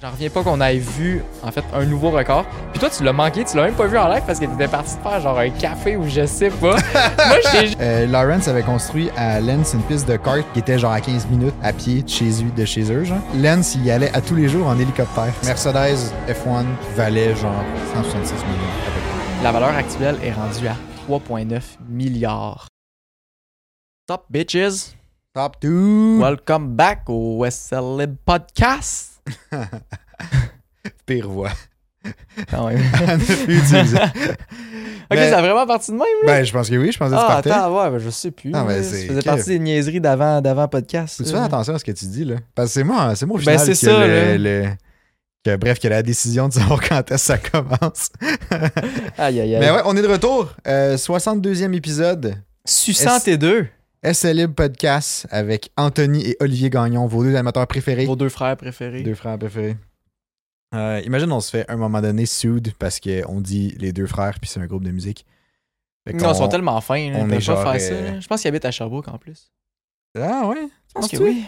J'en reviens pas qu'on ait vu, en fait, un nouveau record. Puis toi, tu l'as manqué, tu l'as même pas vu en live parce que t'étais parti de faire genre un café ou je sais pas. Moi, j'étais Euh, Lawrence avait construit à Lens une piste de kart qui était genre à 15 minutes à pied de chez lui, de chez eux. Genre. Lens, il y allait à tous les jours en hélicoptère. Mercedes F1 valait genre 166 millions. à peu près. La valeur actuelle est rendue à 3,9 milliards. Top bitches, Top 2! welcome back au West Celeb Podcast. Pire voix. Quand même. À ne plus utiliser. Ok, Ah Mais- ça a vraiment parti de même. là? ben, je pense que oui, je pense que tu ah, partais. attends, ouais, ben, je sais plus. Ah, ben, là. ça c'est- faisait ok. partie des niaiseries d'avant, d'avant podcast. Faut que Tu là. fais attention à ce que tu dis, là. Parce que c'est moi, c'est moi au Ben, final c'est que ça, là. le, le- que, bref, que la décision de savoir quand est-ce que ça commence. Aïe, aïe, aïe. Mais ouais, on est de retour. Euh, 62e épisode. Suçant tes deux, SLib Podcast avec Anthony et Olivier Gagnon, vos deux animateurs préférés. vos deux frères préférés. Deux frères préférés. Euh, imagine, on se fait à un moment donné sued parce qu'on dit les deux frères puis c'est un groupe de musique. Fait Non, qu'on- ils sont tellement fins. là, on Ils est peuvent pas genre, faire ça. euh, là. Je pense qu'ils habitent à Sherbrooke en plus. Ah ouais? Je pense que Penses-tu? oui.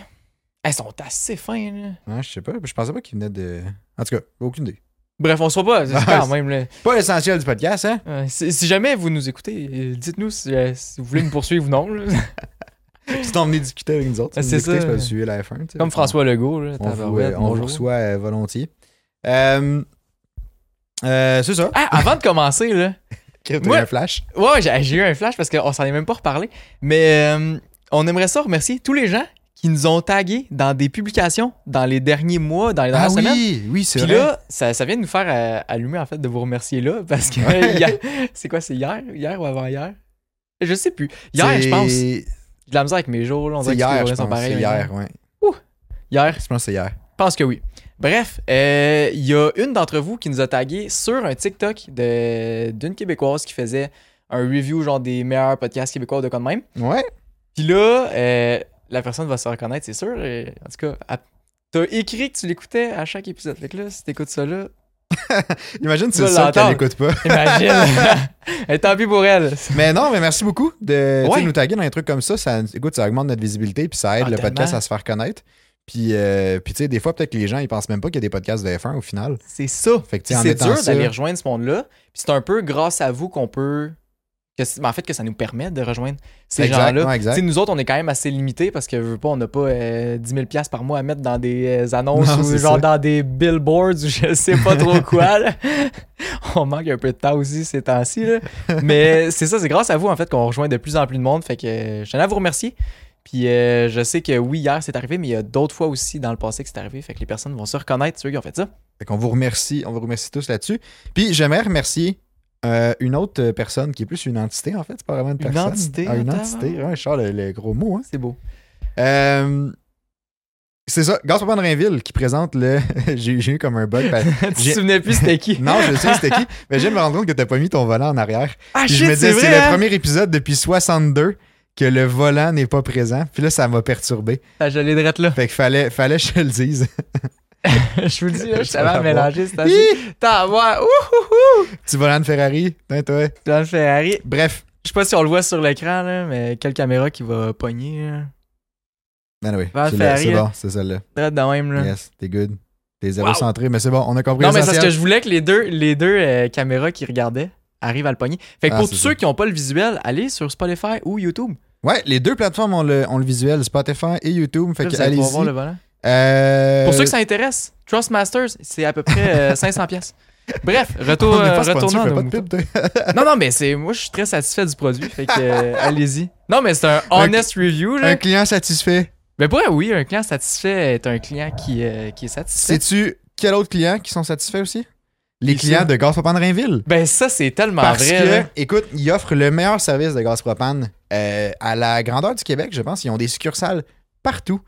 Elles sont assez fins. là. Ouais, je sais pas. Je pensais pas qu'ils venaient de. En tout cas, aucune idée. Bref, on se voit pas. C'est Ah, quand c'est- même. là. Pas l'essentiel du podcast, hein? Euh, si, si jamais vous nous écoutez, euh, dites-nous si, euh, si vous voulez nous poursuivre ou non. là. Si t'en venais discuter avec nous autres, Ah, si c'est vous écoutez, ça. c'est parce que vous suivez la F1. tu sais. Comme François Legault. Là, On vous, tabarouette, euh, on vous bonjour. reçoit euh, volontiers. Euh, euh, c'est ça. Ah, avant de commencer, là. T'as eu moi- un flash. Ouais, j'ai j'ai eu un flash parce qu'on s'en est même pas reparlé. Mais euh, on aimerait ça remercier tous les gens qui nous ont tagués dans des publications dans les derniers mois, dans les dernières semaines. Ah oui, c'est Puis là, ça, ça vient de nous faire euh, allumer, en fait, de vous remercier là, parce que Ouais. hier- c'est quoi, c'est hier, hier ou avant-hier? Je sais plus. Hier, je pense. J'ai C'est de la misère avec mes jours, là. On dirait c'est que toutes les hier, journées je sont pense. pareilles. C'est maintenant. hier, ouais. Hier, Je pense que c'est hier. je pense que oui. Bref, euh, il y a une d'entre vous qui nous a tagué sur un TikTok de- d'une Québécoise qui faisait un review, genre, des meilleurs podcasts québécois de quoi de même. Ouais. Puis là, euh, la personne va se reconnaître, c'est sûr. euh, en tout cas, elle- t'as écrit que tu l'écoutais à chaque épisode. Fait que là, si t'écoutes ça là, Imagine Tu c'est vas ça qu'elle l'entendre. n'écoute pas. Imagine. Et Eh, tant pis pour elle. Mais non, mais merci beaucoup de tu sais, Ouais. nous taguer dans un truc comme ça. ça. Écoute, ça augmente notre visibilité puis ça aide Ah, le tellement. podcast à se faire connaître. Puis, euh, puis tu sais, des fois, peut-être que les gens, ils pensent même pas qu'il y a des podcasts de F1 au final. C'est ça. Fait que, Puis tu sais, en C'est mettant dur ça- d'aller rejoindre ce monde-là. Puis c'est un peu grâce à vous qu'on peut. Que c'est- ben, en fait, que ça nous permet de rejoindre ces Exact, gens-là. ouais, exact. Tu sais, nous autres, on est quand même assez limités parce que je veux pas, on n'a pas euh, 10 000 piastres par mois à mettre dans des euh, annonces Non, ou c'est genre ça. dans des billboards ou je sais pas trop quoi. là. on manque un peu de temps aussi ces temps-ci. là. Mais c'est ça, c'est grâce à vous en fait qu'on rejoint de plus en plus de monde. Fait que euh, je tenais à vous remercier. Puis euh, je sais que oui, hier c'est arrivé, mais il y a d'autres fois aussi dans le passé que c'est arrivé. Fait que les personnes vont se reconnaître, ceux qui ont fait ça. Fait qu'on vous remercie, on vous remercie tous là-dessus. Puis j'aimerais remercier euh, une autre euh, personne qui est plus une entité en fait, c'est pas vraiment une, Une personne. entité, Ah, une attends. entité, ouais, je sors le, le gros mot. hein. C'est beau. Euh, c'est ça, Gaspard Van Rainville qui présente le. j'ai j'ai eu comme un bug. parce- tu te J'ai- souvenais plus c'était qui? Non, je sais c'était qui, mais je viens de me rendre compte que t'as pas mis ton volant en arrière. Ah Puis shit, je me c'est disais, vrai, c'est hein? le premier épisode depuis 62 que le volant n'est pas présent. Puis là, ça m'a perturbé. Ah, je l'ai drette là. Fait qu'il fallait, fallait que je te le dise. je vous le dis, là, je Je savais vais à mélanger cette année. Hi! T'as ouais, ouhouhou! Petit volant de Ferrari, putain, toi. Dans le Ferrari. Bref. Je sais pas si on le voit sur l'écran, là, mais quelle caméra qui va pogner, là. Ben oui, Van c'est le- c'est Ferrari, bon, c'est celle-là. Drette de même, là. Yes, t'es good. T'es zéro Wow. centré, mais c'est bon, on a compris Non, mais c'est parce que l'essentiel. je voulais que les deux, les deux euh, caméras qui regardaient arrivent à le pogner. Fait que Ah, pour c'est tous ça. ceux qui n'ont pas le visuel, allez sur Spotify ou YouTube. Ouais, les deux plateformes ont le, ont le visuel, Spotify et YouTube, fait Là, que vous allez pouvoir allez-y. voir le volant. Euh, Pour ceux que ça intéresse, Trustmasters, c'est à peu près euh, 500 pièces. Bref, retour, on n'est euh, pas sponsor, retournons à fais nos pas de moutons. pub, toi. Non, non, mais c'est moi, je suis très satisfait du produit. Fait que euh, allez-y. Non, mais c'est un honest review. Là. Un client satisfait. Mais pour vrai, oui, un client satisfait est un client qui, euh, qui est satisfait. Sais-tu quel autre client qui sont satisfaits aussi? Les Qui clients ça? de Gaz Propane Rainville. Ben ça, c'est tellement Parce vrai. que, là. écoute, ils offrent le meilleur service de Gaz Propane euh, à la grandeur du Québec, je pense. Ils ont des succursales partout.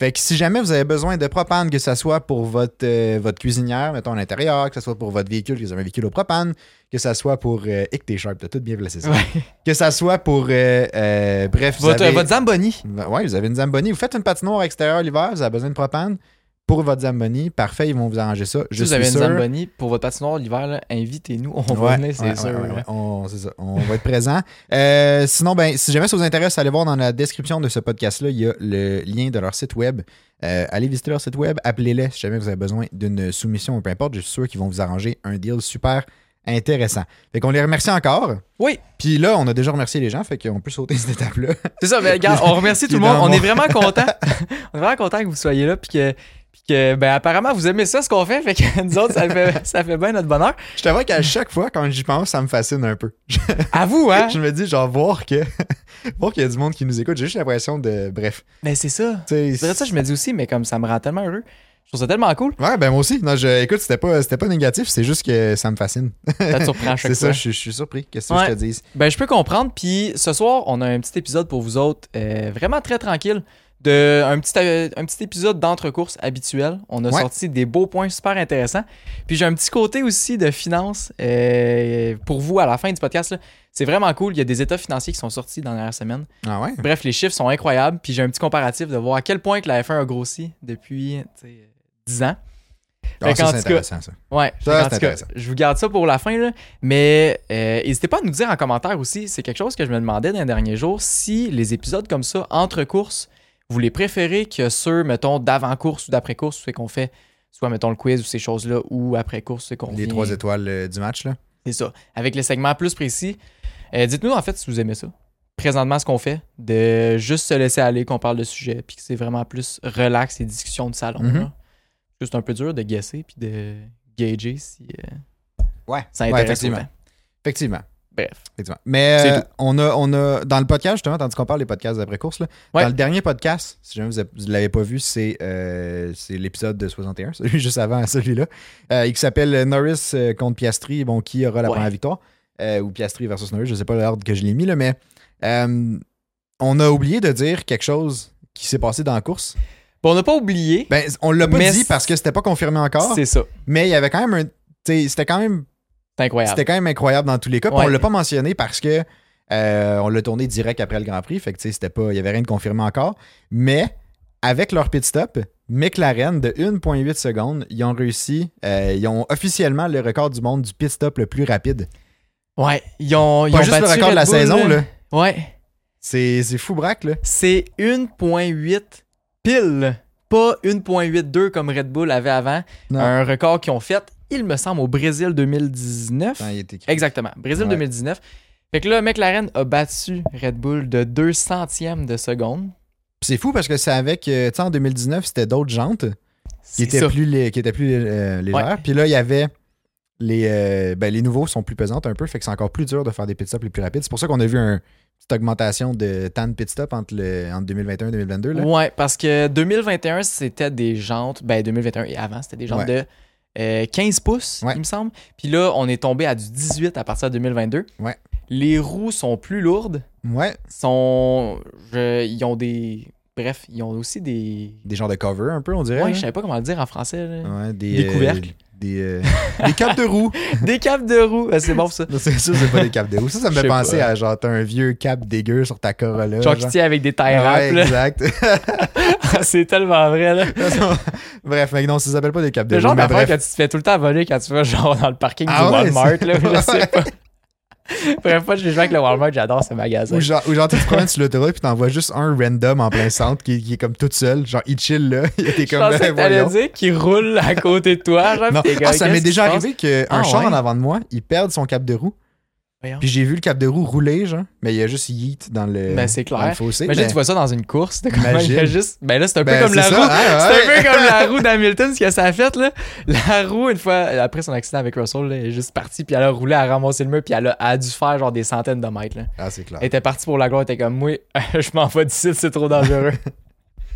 Fait que si jamais vous avez besoin de propane, que ce soit pour votre, euh, votre cuisinière, mettons à l'intérieur, que ce soit pour votre véhicule, que vous avez un véhicule au propane, que ce soit pour. Euh, et que t'es sharp, t'as tout bien placé ça. Ouais. Que ça soit pour. euh, euh, bref, vous Votre, avez. votre Zamboni. Ben Ouais, vous avez une Zamboni. Vous faites une patinoire extérieure l'hiver, vous avez besoin de propane. pour votre Zamboni. Parfait, ils vont vous arranger ça. Si Je vous suis avez une sûr. Zamboni pour votre patinoire l'hiver, là, invitez-nous. On va Ouais, venir, c'est ouais, sûr. ouais, ouais, là. ouais. On, c'est ça. On va être présent. Euh, sinon, ben, si jamais ça vous intéresse, allez voir dans la description de ce podcast-là, il y a le lien de leur site web. Euh, allez visiter leur site web, appelez-les si jamais vous avez besoin d'une soumission ou peu importe. Je suis sûr qu'ils vont vous arranger un deal super intéressant. Fait qu'on les remercie encore. Oui. Puis là, on a déjà remercié les gens, fait qu'on peut sauter cette étape-là. C'est ça, mais regarde, on remercie tout le Qui est monde. dans On mon- est vraiment content. on est vraiment content que vous soyez là. Puis que, puis que, ben, apparemment, vous aimez ça, ce qu'on fait. Fait que nous autres, ça fait, ça fait bien notre bonheur. Je t'avoue qu'à chaque fois, quand j'y pense, ça me fascine un peu. À vous, hein? Je me dis, genre, voir que voir qu'il y a du monde qui nous écoute, j'ai juste l'impression de. Bref. Mais Ben, c'est ça. Tu sais, C'est vrai ça, je me dis aussi, mais comme ça me rend tellement heureux. Je trouve ça tellement cool. Ouais, ben moi aussi. Non, je, écoute, c'était pas, c'était pas négatif, c'est juste que ça me fascine. Ça te surprend à chaque C'est ça, fois. je, suis- je suis surpris. Qu'est-ce que Ouais. je te dise? Ben, je peux comprendre. Puis ce soir, on a un petit épisode pour vous autres, euh, vraiment très tranquille. De, un, petit, euh, un petit épisode d'entrecourse habituel. On a Ouais. sorti des beaux points super intéressants. Puis j'ai un petit côté aussi de finance euh, pour vous à la fin du podcast. là. C'est vraiment cool. Il y a des états financiers qui sont sortis dans la dernière semaine. Ah ouais? Bref, les chiffres sont incroyables. Puis j'ai un petit comparatif de voir à quel point que la F1 a grossi depuis tu sais, euh, 10 ans. qu'en Ah, ça, c'est tout cas- intéressant, ça. Ouais, Ça, en c'est tout cas, intéressant. je vous garde ça pour la fin, là. mais euh, n'hésitez pas à nous dire en commentaire aussi, c'est quelque chose que je me demandais dans les derniers jours, si les épisodes comme ça, entre courses, vous les préférez que ceux, mettons, d'avant-course ou d'après-course, c'est qu'on fait soit, mettons, le quiz ou ces choses-là, ou après-course, c'est qu'on Les vient- trois étoiles euh, du match, là. C'est ça, avec les segments plus précis. Euh, Dites-nous, en fait, si vous aimez ça. Présentement, ce qu'on fait, de juste se laisser aller, qu'on parle de sujet, puis que c'est vraiment plus relax et discussion de salon. Mhm. là. Parce que C'est un peu dur de guesser, puis de gager si... euh, Ouais. ça intéresse effectivement. autant. Effectivement. Bref. effectivement. Mais C'est euh, on, a, on a, dans le podcast, justement, tandis qu'on parle des podcasts d'après-course, là, Ouais. dans le dernier podcast, si jamais vous avez- vous ne l'avez pas vu, c'est, euh, c'est l'épisode de 61, celui juste avant celui-là, euh, qui s'appelle Norris euh, contre Piastri, bon, qui aura la Ouais. première victoire, euh, ou Piastri versus Norris, je ne sais pas l'ordre que je l'ai mis, là, mais euh, on a oublié de dire quelque chose qui s'est passé dans la course. Bon, on n'a pas oublié. Ben, on l'a pas Mais dit c'est- parce que c'était pas confirmé encore, c'est ça. mais il y avait quand même un... tu sais, C'était quand même C'est incroyable. c'était quand même incroyable dans tous les cas. Puis Ouais. On l'a pas mentionné parce que euh, on l'a tourné direct après le Grand Prix. Fait que tu sais, c'était pas. Il n'y avait rien de confirmé encore. Mais avec leur pit stop, McLaren de 1.8 secondes, ils ont réussi. euh, ils ont officiellement le record du monde du pit stop le plus rapide. Ouais, ils ont, ils Pas ont juste le battu record de Red la Bull, saison, là. Ouais. C'est c'est fou braque, là. C'est 1.8 pile. Pas 1.82 comme Red Bull avait avant. Non. Un record qu'ils ont fait, il me semble, au Brésil 2019. Attends, il était- Exactement. Brésil Ouais. 2019. Fait que là, McLaren a battu Red Bull de 2 centièmes de seconde. Puis C'est fou parce que c'est avec. euh, tu sais, en 2019, c'était d'autres jantes qui C'est étaient ça. plus, lé- qui étaient plus euh, légères. Ouais. Puis là, il y avait. Les, euh, ben, les nouveaux sont plus pesantes un peu, fait que c'est encore plus dur de faire des pit stops les plus rapides. C'est pour ça qu'on a vu une petite augmentation de temps de pit stop entre, le- entre 2021 et 2022. là. Ouais, parce que 2021, c'était des jantes. Ben, 2021 et avant, c'était des jantes de euh, 15 pouces, Ouais. il me semble. Puis là, on est tombé à du 18 à partir de 2022. Ouais. Les roues sont plus lourdes. Ouais, Sont, je- ils ont des. Bref, ils ont aussi des. des genres de cover un peu, on dirait. Ouais, là. je savais pas comment le dire en français. là. Ouais, des, Des couvercles. Des, euh, des capes de roue. Des capes de roues. Ah, C'est bon ça. Non, C'est sûr, c'est pas des capes de roue. Ça, ça me Je fait sais penser pas. à genre, t'as un vieux cap dégueu sur ta Corolla. Genre, qui genre. tient avec des tailles Ouais, exact. C'est tellement vrai. Là. bref, mais non, ça s'appelle pas des capes de Le roue. genre mais d'affaire bref. que tu te fais tout le temps voler quand tu vas genre dans le parking Ah du ouais, Walmart, c'est- là, ou je sais pas. Bref, moi, je joue avec le Walmart, j'adore ce magasin. Ou genre, ou genre, tu te promènes sur l'autoroute puis t'en vois juste un random en plein centre qui, qui est comme tout seul. Genre, il chill là. Il était Je comme pensais ben, que t'allais voyons. dire qu'il roule à côté de toi. Genre, Non. pis t'es comme, Ah, ça m'est qu'est-ce qui déjà se arrivé qu'un Ah, char ouais? en avant de moi, il perd son cap de roue. Voyons. Puis j'ai vu le cap de roue rouler, genre. Mais il y a juste yeet dans le, Ben, c'est clair. dans le passe? fossé. Imagine, mais- tu vois ça dans une course. t'es comme, Imagine. il y a juste... Ben là, c'est un Ben, peu comme c'est la ça, roue. hein, C'est ouais. un peu comme la roue d'Hamilton, ce que ça a fait. Là. La roue, une fois, après son accident avec Russell, là, elle est juste partie, puis elle a roulé, elle a ramassé le mur, puis elle a, elle a dû faire genre des centaines de mètres. Là. Ah, c'est clair. Elle était partie pour la gloire, elle était comme, moi, je m'en vais d'ici, c'est trop dangereux.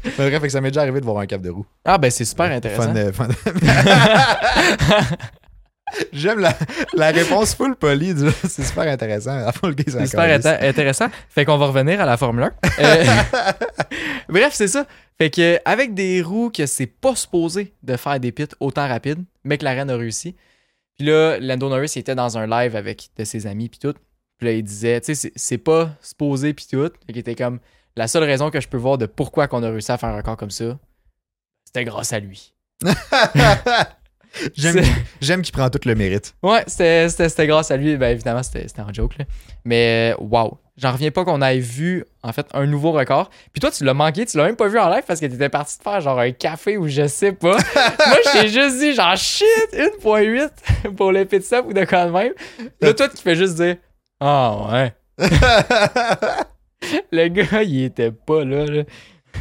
Mais bref, fait que ça m'est déjà arrivé de voir un cap de roue. ah, ben c'est super intéressant. Fun, euh, fun. J'aime la, la réponse full polie. du- C'est super intéressant. À fond, le gars, il s'en C'est super calisse. inté- intéressant. Fait qu'on va revenir à la Formule 1. Euh, Bref, c'est ça. Fait que euh, avec des roues que c'est pas supposé de faire des pits autant rapides, McLaren a réussi. Puis là, Lando Norris il était dans un live avec de ses amis puis tout. Puis là, il disait, tu sais, c'est- c'est pas supposé puis tout. Fait qu'il était comme la seule raison que je peux voir de pourquoi qu'on a réussi à faire un record comme ça, c'était grâce à lui. J'aime C'est- j'aime qu'il prend tout le mérite. Ouais, c'était- c'était c'était grâce à lui. Ben, évidemment, c'était c'était un joke. Là. Mais waouh, j'en reviens pas qu'on ait vu en fait un nouveau record. Puis toi, tu l'as manqué, tu l'as même pas vu en live parce que t'étais parti te faire genre un café ou je sais pas. Moi, je t'ai juste dit genre shit, 1.8 pour le pit stop ou de quoi de même. Là, toi, tu fais juste dire Ah ouais. Le gars, il était pas là. là.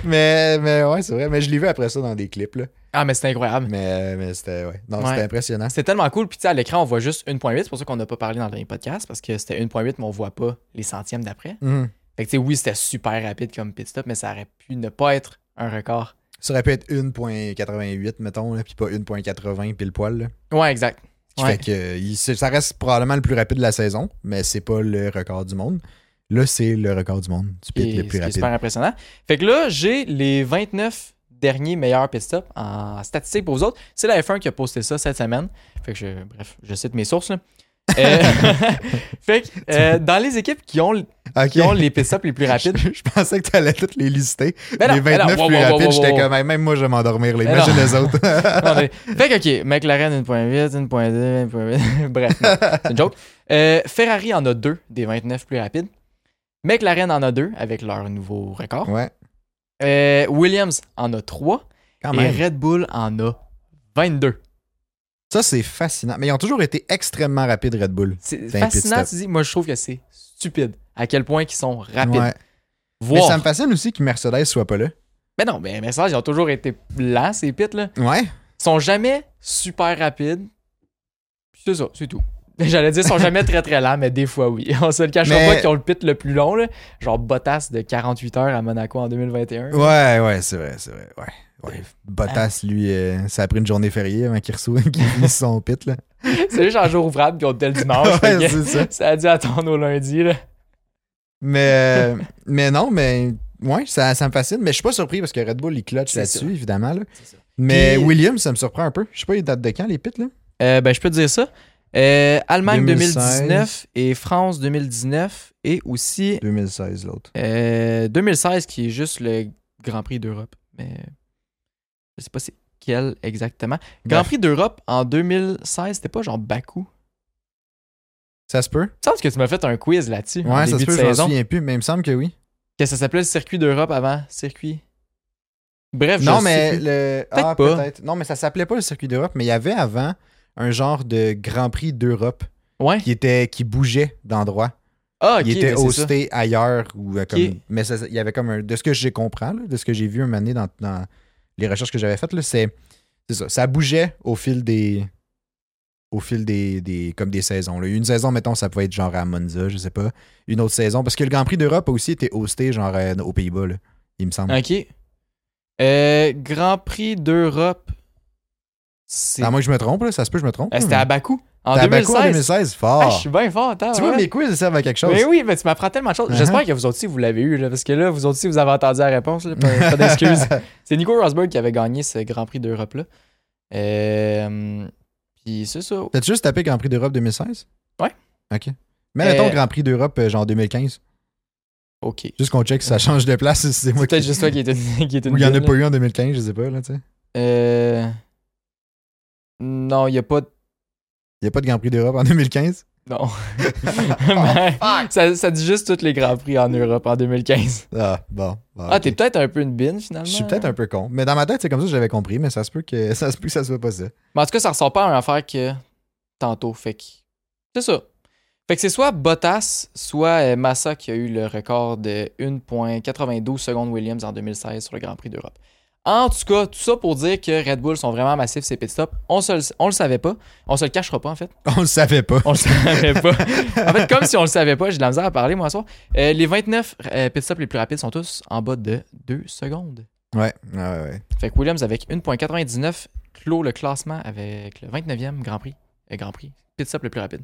mais, mais ouais, c'est vrai. Mais je l'ai vu après ça dans des clips. Là. Ah, mais c'est incroyable. Mais, mais c'était ouais. Non, Ouais. c'était impressionnant. C'était tellement cool. Puis tu sais, à l'écran, on voit juste 1.8. C'est pour ça qu'on n'a pas parlé dans le dernier podcast parce que c'était 1.8, mais on voit pas les centièmes d'après. Mhm. Fait que, tu sais, oui, c'était super rapide comme pit stop, mais ça aurait pu ne pas être un record. Ça aurait pu être 1.88, mettons, là, puis pas 1.80 pile poil. Là. Ouais, exact. Qui Ouais. fait que il- c'est- ça reste probablement le plus rapide de la saison, mais c'est pas le record du monde. Là, c'est le record du monde du pit Et le plus ce qui est rapide. super impressionnant. Fait que là, j'ai les 29 derniers meilleurs pit stops en statistique pour vous autres. C'est la F1 qui a posté ça cette semaine. Fait que je, bref, je cite mes sources. là. Euh, fait que euh, dans les équipes qui ont, Ok. qui ont les pit stops les plus rapides, Je, je pensais que t'allais toutes les lister. Ben non, les ben non, 29 wow, plus wow, wow, rapides, wow, j'étais wow. comme, Hey, même moi, je vais m'endormir. Là. Ben Imagine non. les autres. Non, mais- fait que, OK, McLaren 1.8, 1.2, 1.8. Bref, non, c'est une joke. Euh, Ferrari en a deux des 29 plus rapides. McLaren en a deux avec leur nouveau record. ouais, Euh, Williams en a trois. quand et même. Red Bull en a 22. Ça, c'est fascinant. Mais ils ont toujours été extrêmement rapides, Red Bull. C'est C'est un pit fascinant, stop. tu dis. Moi, je trouve que c'est stupide à quel point ils sont rapides. Ouais. Mais Voir. ça me fascine aussi que Mercedes soit pas là. Mais non, mais Mercedes, ils ont toujours été lents, ces pits, là. Ouais. Ils sont jamais super rapides. Puis c'est ça, c'est tout. J'allais dire, ils sont jamais très très lents, mais des fois oui. On se le cachera Mais- pas qu'ils ont le pit le plus long, là. genre Bottas de 48 heures à Monaco en 2021. Ouais, ouais, c'est vrai, c'est vrai. Ouais. Ouais. Ah. Bottas, lui, euh, ça a pris une journée fériée avant qu'il reçoive qu'il finisse son pit. Là. C'est juste un jour ouvrable, puis on te le dimanche. fait ouais, que c'est ça. ça a dû attendre au lundi. Là. Mais, euh, mais non, mais ouais, ça, ça me fascine. Mais je suis pas surpris parce que Red Bull, il clutch C'est là-dessus, ça. évidemment. Là. Mais Puis- Williams, ça me surprend un peu. Je sais pas, il date de quand, les pits, là? Euh, ben, je peux te dire ça. Euh, Allemagne 2016. 2019 et France 2019 et aussi 2016, l'autre. euh, 2016 qui est juste le Grand Prix d'Europe. Mais je sais pas c'est quel exactement. Grand Bref. Prix d'Europe en 2016, c'était pas genre Bakou. Ça se peut? Il me semble que tu m'as fait un quiz là-dessus. en Ouais, ça début de se peut, je m'en saison. souviens plus, mais il me semble que oui. Que ça s'appelait le circuit d'Europe avant. Circuit. Bref, Non, je sais mais plus. le. pas. ah, peut-être. Non, mais ça s'appelait pas le circuit d'Europe, mais il y avait avant un genre de Grand Prix d'Europe Ouais. qui était qui bougeait d'endroit. Ah, ok. il était ben, c'est ça. hosté ailleurs ou euh, comme Ok. mais ça- il y avait comme un de ce que j'ai compris là, de ce que j'ai vu un moment donné dans, dans les recherches que j'avais faites là, c'est c'est ça, ça bougeait au fil des au fil des, des comme des saisons. là. Une saison mettons ça pouvait être genre à Monza, je sais pas, une autre saison parce que le Grand Prix d'Europe a aussi été hosté genre euh, aux Pays-Bas là, il me semble. Ok. Euh, Grand Prix d'Europe. C'est À moins que je me trompe là, ça se peut que je me trompe. Euh, C'était mais- à Bakou en Ah, C'était à 2016. Bakou en 2016, Ah, je fort. suis bien fort, attends. tu vois ouais. mes quiz ils servent à quelque chose. Mais oui, mais tu m'apprends tellement de choses. Uh-huh. J'espère que vous aussi, vous l'avez eu, là, parce que là, vous aussi, vous avez entendu la réponse. là, pas pas d'excuses. c'est Nico Rosberg qui avait gagné ce Grand Prix d'Europe-là. Euh, Puis c'est ça. T'as-tu juste tapé Grand Prix d'Europe 2016? Ouais. OK. Mais mettons Euh, Grand Prix d'Europe euh, genre 2015. OK. C'est Juste qu'on check si ça change de place, si c'est moi qui... peut-être juste toi qui est une, qui est une Ou il y en a bille, pas là. eu en 2015, je sais pas, là, tu sais. Euh, Non, il n'y a pas de. Il y a pas de Grand Prix d'Europe en 2015. Non. Ben, ça, ça dit juste tous les Grands Prix en Europe en 2015. Ah, bon. bon, Ah, ok. t'es peut-être un peu une bine finalement. Je suis peut-être un peu con. Mais dans ma tête, c'est comme ça que j'avais compris, mais ça se peut que ça se peut que ça soit pas ça. Mais en tout cas, ça ressemble pas à une affaire que tantôt. Fait que c'est ça. Fait que c'est soit Bottas, soit euh, Massa qui a eu le record de 1.92 secondes Williams en 2016 sur le Grand Prix d'Europe. En tout cas, tout ça pour dire que Red Bull sont vraiment massifs ces pit stops. On, se le- on le savait pas. On se le cachera pas en fait. On le savait pas. On le savait pas. en fait, comme si on le savait pas, j'ai de la misère à parler moi ce soir. Euh, les 29 euh, pit stops les plus rapides sont tous en bas de 2 secondes. Ouais, ouais, ouais, ouais. Fait que Williams avec 1.99 clôt le classement avec le 29e Grand Prix. Euh, Grand Prix. Pit stop le plus rapide.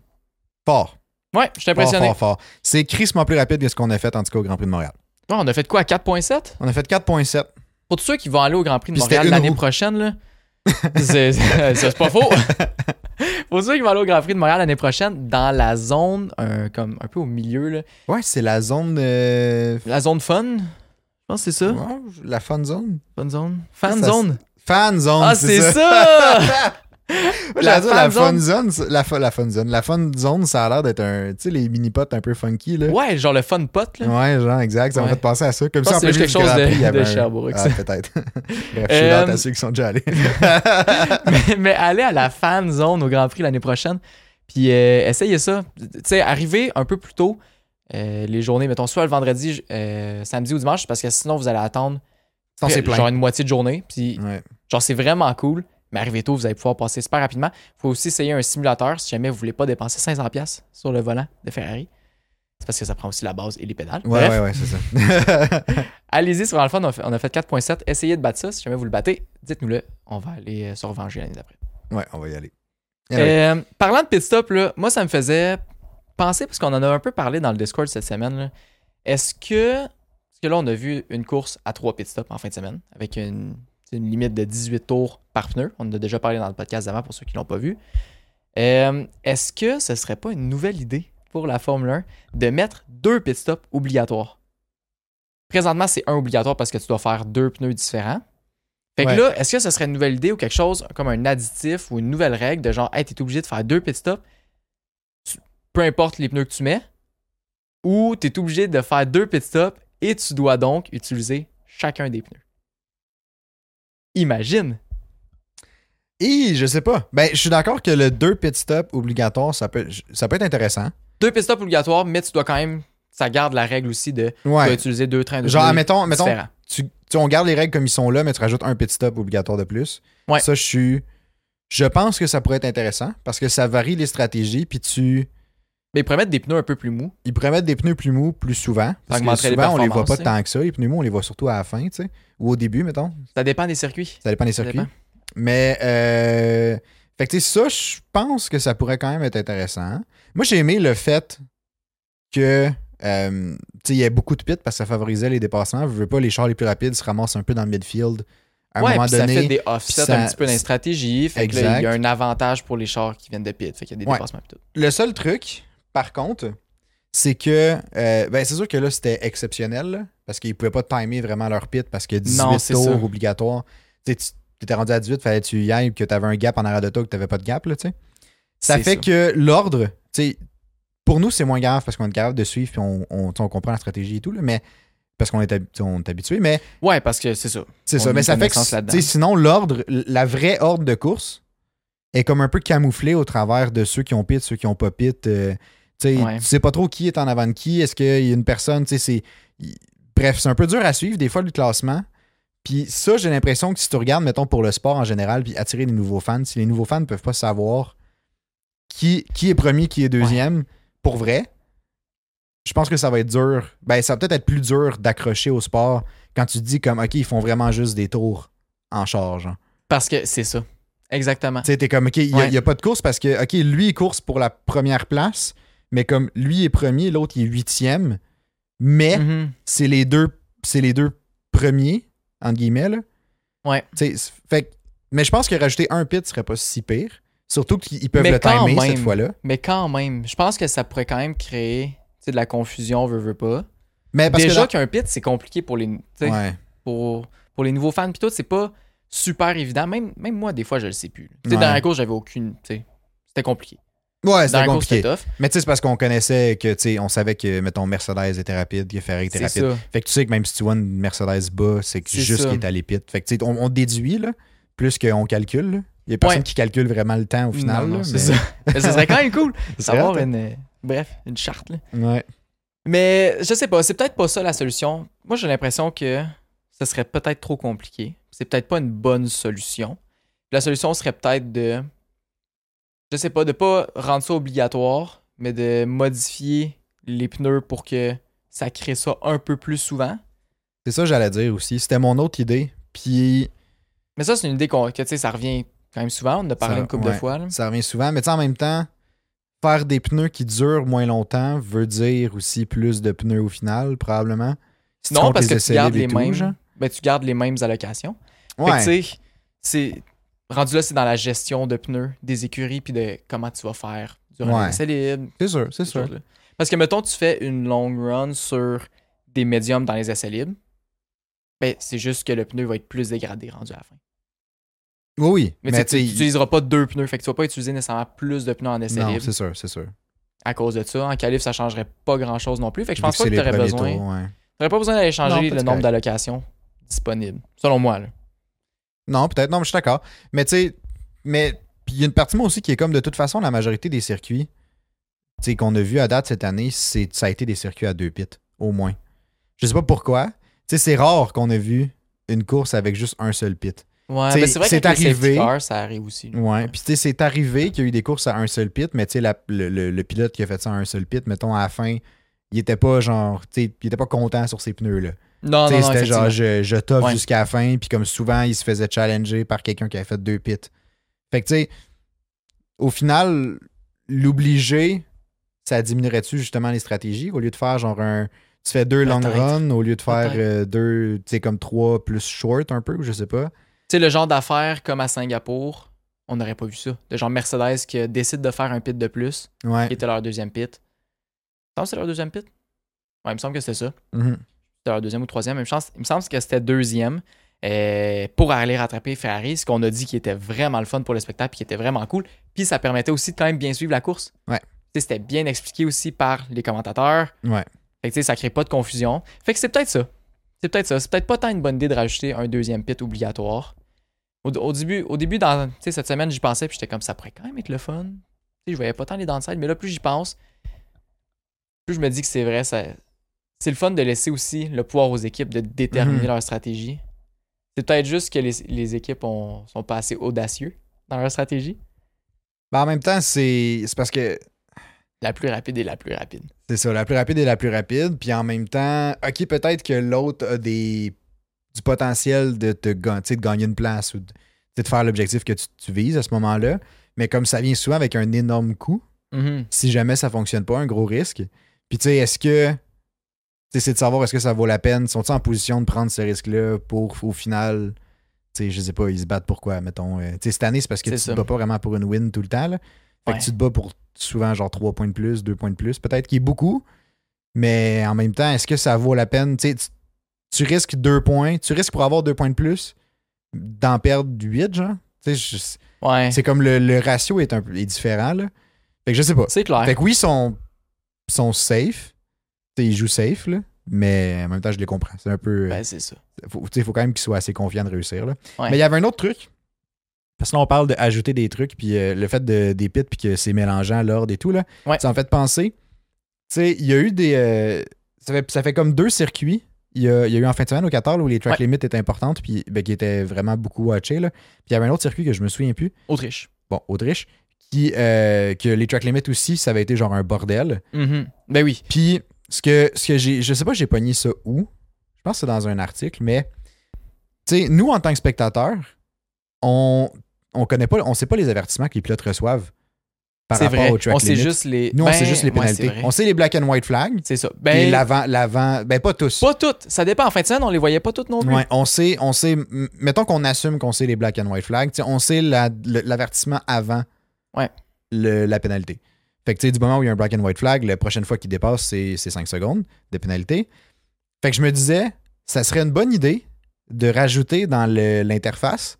Fort. Ouais, je suis Fort, impressionné. fort, fort. C'est crissement plus rapide que ce qu'on a fait, en tout cas, au Grand Prix de Montréal. Ouais, on a fait quoi 4.7 On a fait 4.7. Pour tous ceux qui vont aller au Grand Prix de Puis c'était Montréal une l'année roue. prochaine, là. c'est c'est- c'est pas faux. Pour ceux qui vont aller au Grand Prix de Montréal l'année prochaine, dans la zone, un, comme un peu au milieu, là, Ouais, c'est la zone... euh, la zone fun, je pense que c'est ça. ouais, la fun zone. Fun zone. Fan Ça, zone. Fan zone, Ah, c'est c'est ça. ça! Moi, j'allais dire la fan fun zone. c'est- la, fo- la fun zone. La fun zone, ça a l'air d'être un. Tu sais, les mini-potes un peu funky, là. Ouais, genre le fun pot, là. Ouais, genre, exact. Ça m'a Ouais. fait penser à ça. Comme Je pense ça, en que c'est plus, juste du quelque Grand chose de- Prix, il y avait de un- Sherbrooke, ça. Ah, peut-être. Bref, je suis là à Euh, ceux qui sont déjà allés. mais, mais allez à la fan zone au Grand Prix l'année prochaine. Puis euh, essayez ça. Tu sais, arrivez un peu plus tôt euh, les journées, mettons soit le vendredi, euh, samedi ou dimanche, parce que sinon vous allez attendre Sinon, c'est plein. Mm. genre une moitié de journée. Puis Ouais. genre c'est vraiment cool. Mais arrivez tôt, vous allez pouvoir passer super rapidement. faut aussi essayer un simulateur si jamais vous voulez pas dépenser 500$ piastres sur le volant de Ferrari. C'est parce que ça prend aussi la base et les pédales. Ouais, Bref, ouais, ouais, c'est ça. allez-y sur Alpha, on a fait, on a fait 4.7. Essayez de battre ça. Si jamais vous le battez, dites-nous-le. On va aller euh, se revenger l'année d'après. ouais, on va y aller. Euh, parlant de pit stop, là, moi, ça me faisait penser, parce qu'on en a un peu parlé dans le Discord cette semaine. là. Est-ce que. Parce que là, on a vu une course à trois pit stops en fin de semaine, avec une, une limite de 18 tours par pneu. On en a déjà parlé dans le podcast d'avant pour ceux qui l'ont pas vu. Euh, Est-ce que ce serait pas une nouvelle idée pour la Formule 1 de mettre deux pit stops obligatoires? Présentement, c'est un obligatoire parce que tu dois faire deux pneus différents. Fait que Ouais. là, est-ce que ce serait une nouvelle idée ou quelque chose comme un additif ou une nouvelle règle de genre, hey, t'es obligé de faire deux pit stops, tu- peu importe les pneus que tu mets, ou t'es obligé de faire deux pit stops et tu dois donc utiliser chacun des pneus. Imagine! Et je sais pas. Ben, je suis d'accord que le 2 pit stop obligatoire, ça peut, ça peut être intéressant. Deux pit stops obligatoires, mais tu dois quand même, ça garde la règle aussi de tu dois Ouais. utiliser deux trains de Genre, pneus mettons, mettons différents. tu, tu- on garde les règles comme ils sont là, mais tu rajoutes un pit stop obligatoire de plus. Ouais. Ça, je suis. Je pense que ça pourrait être intéressant parce que ça varie les stratégies, puis tu. Mais ils pourraient mettre des pneus un peu plus mous. Ils pourraient mettre des pneus plus mous plus souvent. Parce que augmenterait les souvent, on les voit performances, hein. pas tu sais. tant que ça. Les pneus mous, on les voit surtout à la fin, tu sais. Ou au début, mettons. Ça dépend des circuits. Ça dépend des Ça circuits. dépend. Mais, euh, fait que, tu sais, ça, je pense que ça pourrait quand même être intéressant. Moi, j'ai aimé le fait que, euh, tu sais, il y a beaucoup de pits parce que ça favorisait les dépassements. Je veux pas, les chars les plus rapides se ramassent un peu dans le midfield à un ouais, moment puis ça fait donné. des offsets ça- un petit peu dans les stratégies. Fait que là, il y a Exact. un avantage pour les chars qui viennent de pit. Fait qu'il y a des Ouais. dépassements et tout. Le seul truc, par contre, c'est que, euh, ben, c'est sûr que là, c'était exceptionnel là, parce qu'ils pouvaient pas timer vraiment leur pit parce que 18 Non, c'est tours ça. obligatoires. Tu sais, tu- t'étais rendu à 18, fallait que tu y ailles, que t'avais un gap en arrière de toi, que t'avais pas de gap, là, tu sais. Ça C'est fait que l'ordre, tu sais, pour nous, c'est moins grave parce qu'on est capable de suivre puis on, on, tu sais, on comprend la stratégie et tout, là, mais parce qu'on est, hab- tu sais, on est habitué, mais Ouais, parce que c'est ça. c'est On a ça. une Mais ça fait que connaissance là-dedans. tu sais, sinon, l'ordre, l- la vraie ordre de course est comme un peu camouflée au travers de ceux qui ont pit, ceux qui ont pas pit. euh, tu sais, Ouais. Tu sais pas trop qui est en avant de qui. Est-ce qu'il y a une personne, tu sais, c'est. il- Bref, c'est un peu dur à suivre, des fois, le classement. Puis ça, j'ai l'impression que si tu regardes, mettons, pour le sport en général, puis attirer les nouveaux fans, si les nouveaux fans ne peuvent pas savoir qui, qui est premier, qui est deuxième, pour vrai, je pense que ça va être dur. Ben, ça va peut-être être plus dur d'accrocher au sport quand tu te dis comme, OK, ils font vraiment juste des tours en charge. hein. Parce que c'est ça. Exactement. Tu sais, t'es comme, OK, il n'y a, Ouais. il y a pas de course parce que, OK, lui, il course pour la première place, mais comme lui est premier, l'autre, il est huitième, mais Mhm. c'est les deux c'est les deux premiers entre guillemets là. Ouais. Tu sais, c'est- fait que- mais je pense que rajouter un pit serait pas si pire, surtout qu'ils ils peuvent Mais le quand timer cette même. fois-là. Mais quand même, je pense que ça pourrait quand même créer tu sais, de la confusion, veut, veut pas. Mais parce Déjà que qu'un pit, c'est compliqué pour les, tu sais, dans- ouais. pour, pour les nouveaux fans. Puis tout, c'est pas super évident. Même, même moi, des fois, je le sais plus. Tu sais, Ouais. Dans la course, j'avais aucune. tu sais, C'était compliqué. Ouais, Dans c'était la course, compliqué. c'était tough. Mais tu sais c'est parce qu'on connaissait que tu sais on savait que mettons Mercedes était rapide, que Ferrari était C'est rapide. ça. Fait que tu sais que même si tu vois une Mercedes bas, c'est que C'est juste ça. qu'il est allé pit. Fait que tu sais on, on déduit là plus qu'on calcule. là. Il y a personne Ouais. qui calcule vraiment le temps au final. Non, non, là, c'est mais- ça. Mais ce serait quand même cool C'est d'avoir vrai, une. euh, Bref, une charte. là. Ouais. Mais je sais pas, c'est peut-être pas ça la solution. Moi, j'ai l'impression que ce serait peut-être trop compliqué. C'est peut-être pas une bonne solution. La solution serait peut-être de. Je sais pas, de pas rendre ça obligatoire, mais de modifier les pneus pour que ça crée ça un peu plus souvent. C'est ça que j'allais dire aussi. C'était mon autre idée. Puis Mais ça, c'est une idée qu'on- que, tu sais, ça revient quand même souvent. On en a parlé Ça- une couple ouais. de fois. là. Ça revient souvent, mais tu sais, en même temps, faire des pneus qui durent moins longtemps veut dire aussi plus de pneus au final, probablement. Si tu Non, comptes parce que tu essais gardes libres et les tout, genre. mêmes. Ben, tu gardes les mêmes allocations. Fait que, Ouais. tu sais, c'est. Rendu là, c'est dans la gestion de pneus, des écuries, puis de comment tu vas faire durant Ouais. les essais libres, C'est sûr, c'est ces sûr. choses-là. Parce que, mettons, tu fais une long run sur des médiums dans les essais libres, ben, c'est juste que le pneu va être plus dégradé rendu à la fin. Oui, oui. Mais, tu sais, tu sais, tu n'utiliseras pas deux pneus. Fait que tu vas pas utiliser nécessairement plus de pneus en essai Non, libre. c'est sûr, c'est sûr. À cause de ça, en qualif, ça changerait pas grand chose non plus. Fait que je Vu pense pas c'est que tu les aurais premiers besoin. tours, ouais. T'aurais pas besoin d'aller Non, changer peut-être le correct. nombre d'allocations disponibles, selon moi. là. Non, peut-être, non, mais je suis d'accord. Mais tu sais, mais puis il y a une partie, moi aussi, qui est comme de toute façon, la majorité des circuits tu sais, qu'on a vu à date cette année, c'est ça a été des circuits à deux pits, au moins. Je sais pas pourquoi. Tu sais, c'est rare qu'on ait vu une course avec juste un seul pit. Ouais, T'sais, mais c'est vrai que c'est les safety arrivé. cars, ça arrive aussi. là. Ouais. Puis tu sais, c'est arrivé qu'il y a eu des courses à un seul pit, mais tu sais, la- le, le- le pilote qui a fait ça à un seul pit, mettons, à la fin, il était pas genre, tu sais, il était pas content sur ses pneus, là. Non, Tu non, sais, Ah, non, c'était genre effectivement. je, je t'offre Ouais. jusqu'à la fin, puis comme souvent, il se faisait challenger par quelqu'un qui avait fait deux pits. Fait que tu sais, au final, l'obliger, ça diminuerait-tu justement les stratégies au lieu de faire genre un. Tu fais deux long Peut-être. runs au lieu de faire Peut-être. euh, deux, tu sais, comme trois plus short un peu, ou je sais pas. Tu sais, le genre d'affaires comme à Singapour, on n'aurait pas vu ça. De genre Mercedes qui euh, décide de faire un pit de plus, Ouais. qui était leur deuxième pit. Je pense que c'était leur deuxième pit. Ouais, il me semble que c'était ça. Mhm. C'était leur deuxième ou troisième. Il me, chance- il me semble que c'était deuxième euh, pour aller rattraper Ferrari, ce qu'on a dit qui était vraiment le fun pour le spectacle puis qui était vraiment cool. Puis ça permettait aussi de quand même bien suivre la course. Ouais. Tu sais, C'était bien expliqué aussi par les commentateurs. Ouais. Fait que tu sais, ça crée pas de confusion. Fait que c'est peut-être ça. C'est peut-être ça. C'est peut-être pas tant une bonne idée de rajouter un deuxième pit obligatoire. Au, au début, au début dans, tu sais, cette semaine, j'y pensais, puis j'étais comme ça pourrait quand même être le fun. Tu sais, je voyais pas tant les downsides, mais là, plus j'y pense, plus je me dis que c'est vrai. ça- C'est le fun de laisser aussi le pouvoir aux équipes de déterminer Mhm. leur stratégie. C'est peut-être juste que les, les équipes ont- sont pas assez audacieux dans leur stratégie. Ben, en même temps, c'est c'est parce que La plus rapide est la plus rapide. C'est ça, la plus rapide est la plus rapide. Puis en même temps, ok, peut-être que l'autre a des, du potentiel de te ga- tu sais, de gagner une place ou de, tu sais, de faire l'objectif que tu, tu vises à ce moment-là. Mais comme ça vient souvent avec un énorme coût, Mhm. si jamais ça fonctionne pas, un gros risque. Puis tu sais, est-ce que. tu sais, C'est de savoir est-ce que ça vaut la peine. Sont-ils en position de prendre ce risque-là pour au final. tu sais, je sais pas, ils se battent pourquoi, mettons. euh, tu sais, cette année, c'est parce que C'est tu ça. te bats pas vraiment pour une win tout le temps. là. Fait Ouais. que tu te bats pour souvent genre 3 points de plus, 2 points de plus, peut-être, qui est beaucoup. Mais en même temps, est-ce que ça vaut la peine? Tu, sais, tu- tu risques 2 points, tu risques pour avoir 2 points de plus, d'en perdre 8, genre. Tu sais, je- Ouais. c'est comme le, le ratio est, un, peu- est différent, là. Fait que je sais pas. C'est clair. Fait que oui, ils sont, ils sont safe. Tu sais, ils jouent safe, là. Mais en même temps, je les comprends. C'est un peu. euh, Ben, c'est ça. faut, tu sais, faut quand même qu'ils soient assez confiants de réussir. Là. Ouais. Mais il y avait un autre truc. Parce que là, on parle d'ajouter des trucs, puis euh, le fait de- des pits, puis que c'est mélangeant l'ordre et tout, là, Ouais. ça en fait penser. Tu sais, il y a eu des. euh, ça, fait, ça fait comme deux circuits. Il y, a, il y a eu en fin de semaine au 14 où les track limits étaient importantes, puis ben, qui étaient vraiment beaucoup watchés. Là. Puis il y avait un autre circuit que je me souviens plus, Autriche. bon, Autriche, qui, euh, que les track limits aussi, ça avait été genre un bordel. Mhm. Ben oui. Puis, ce que, ce que j'ai. Je sais pas, j'ai pogné ça où. Je pense que c'est dans un article, mais. Tu sais, nous, en tant que spectateurs, on, on connaît pas. On sait pas les avertissements que les pilotes reçoivent par C'est rapport vrai. au track on sait limit. juste les. Nous, on Ben, sait juste les ouais, c'est pénalités. vrai. on sait les black and white flags. C'est ça. et Ben, l'avant, l'avant. Ben, pas tous. pas toutes. Ça dépend. En fin de semaine, on les voyait pas toutes non plus. Ouais, on sait, on sait, m- mettons qu'on assume qu'on sait les black and white flags, tu sais, on sait la- le- l'avertissement avant Ouais. le- la pénalité. Fait que tu sais, du moment où il y a un black and white flag, la prochaine fois qu'il dépasse, c'est 5 secondes de pénalité. Fait que je me disais, ça serait une bonne idée de rajouter dans le- l'interface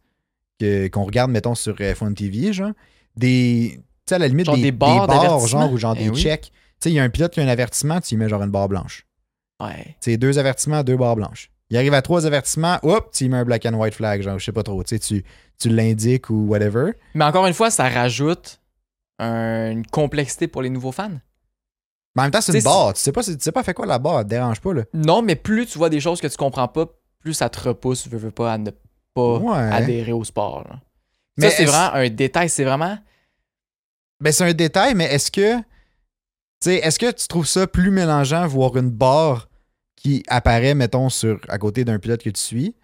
que- qu'on regarde, mettons, sur euh, F1 TV, genre, des. Tu sais, à la limite, Genre des, des des barres barres, d'avertissement. genre, ou genre Eh des oui. checks. Tu sais, il y a un pilote qui a un avertissement, tu y mets genre une barre blanche. Ouais. C'est deux avertissements, deux barres blanches. Il arrive à trois avertissements, hop, tu y mets un black and white flag, genre, je sais pas trop, tu sais, tu, tu l'indiques ou whatever. Mais encore une fois, ça rajoute un- une complexité pour les nouveaux fans. Mais en même temps, c'est Tu une sais, barre, tu sais pas, tu sais pas fait quoi la barre, elle te dérange pas, là. Non, mais plus tu vois des choses que tu comprends pas, plus ça te repousse, veux, veux pas, à ne pas Ouais. hein. adhérer au sport. là. Mais ça, c'est est-ce- vraiment un détail. C'est vraiment. Ben, c'est un détail, mais est-ce que, tu sais, est-ce que tu trouves ça plus mélangeant voir une barre qui apparaît, mettons, sur, à côté d'un pilote que tu suis,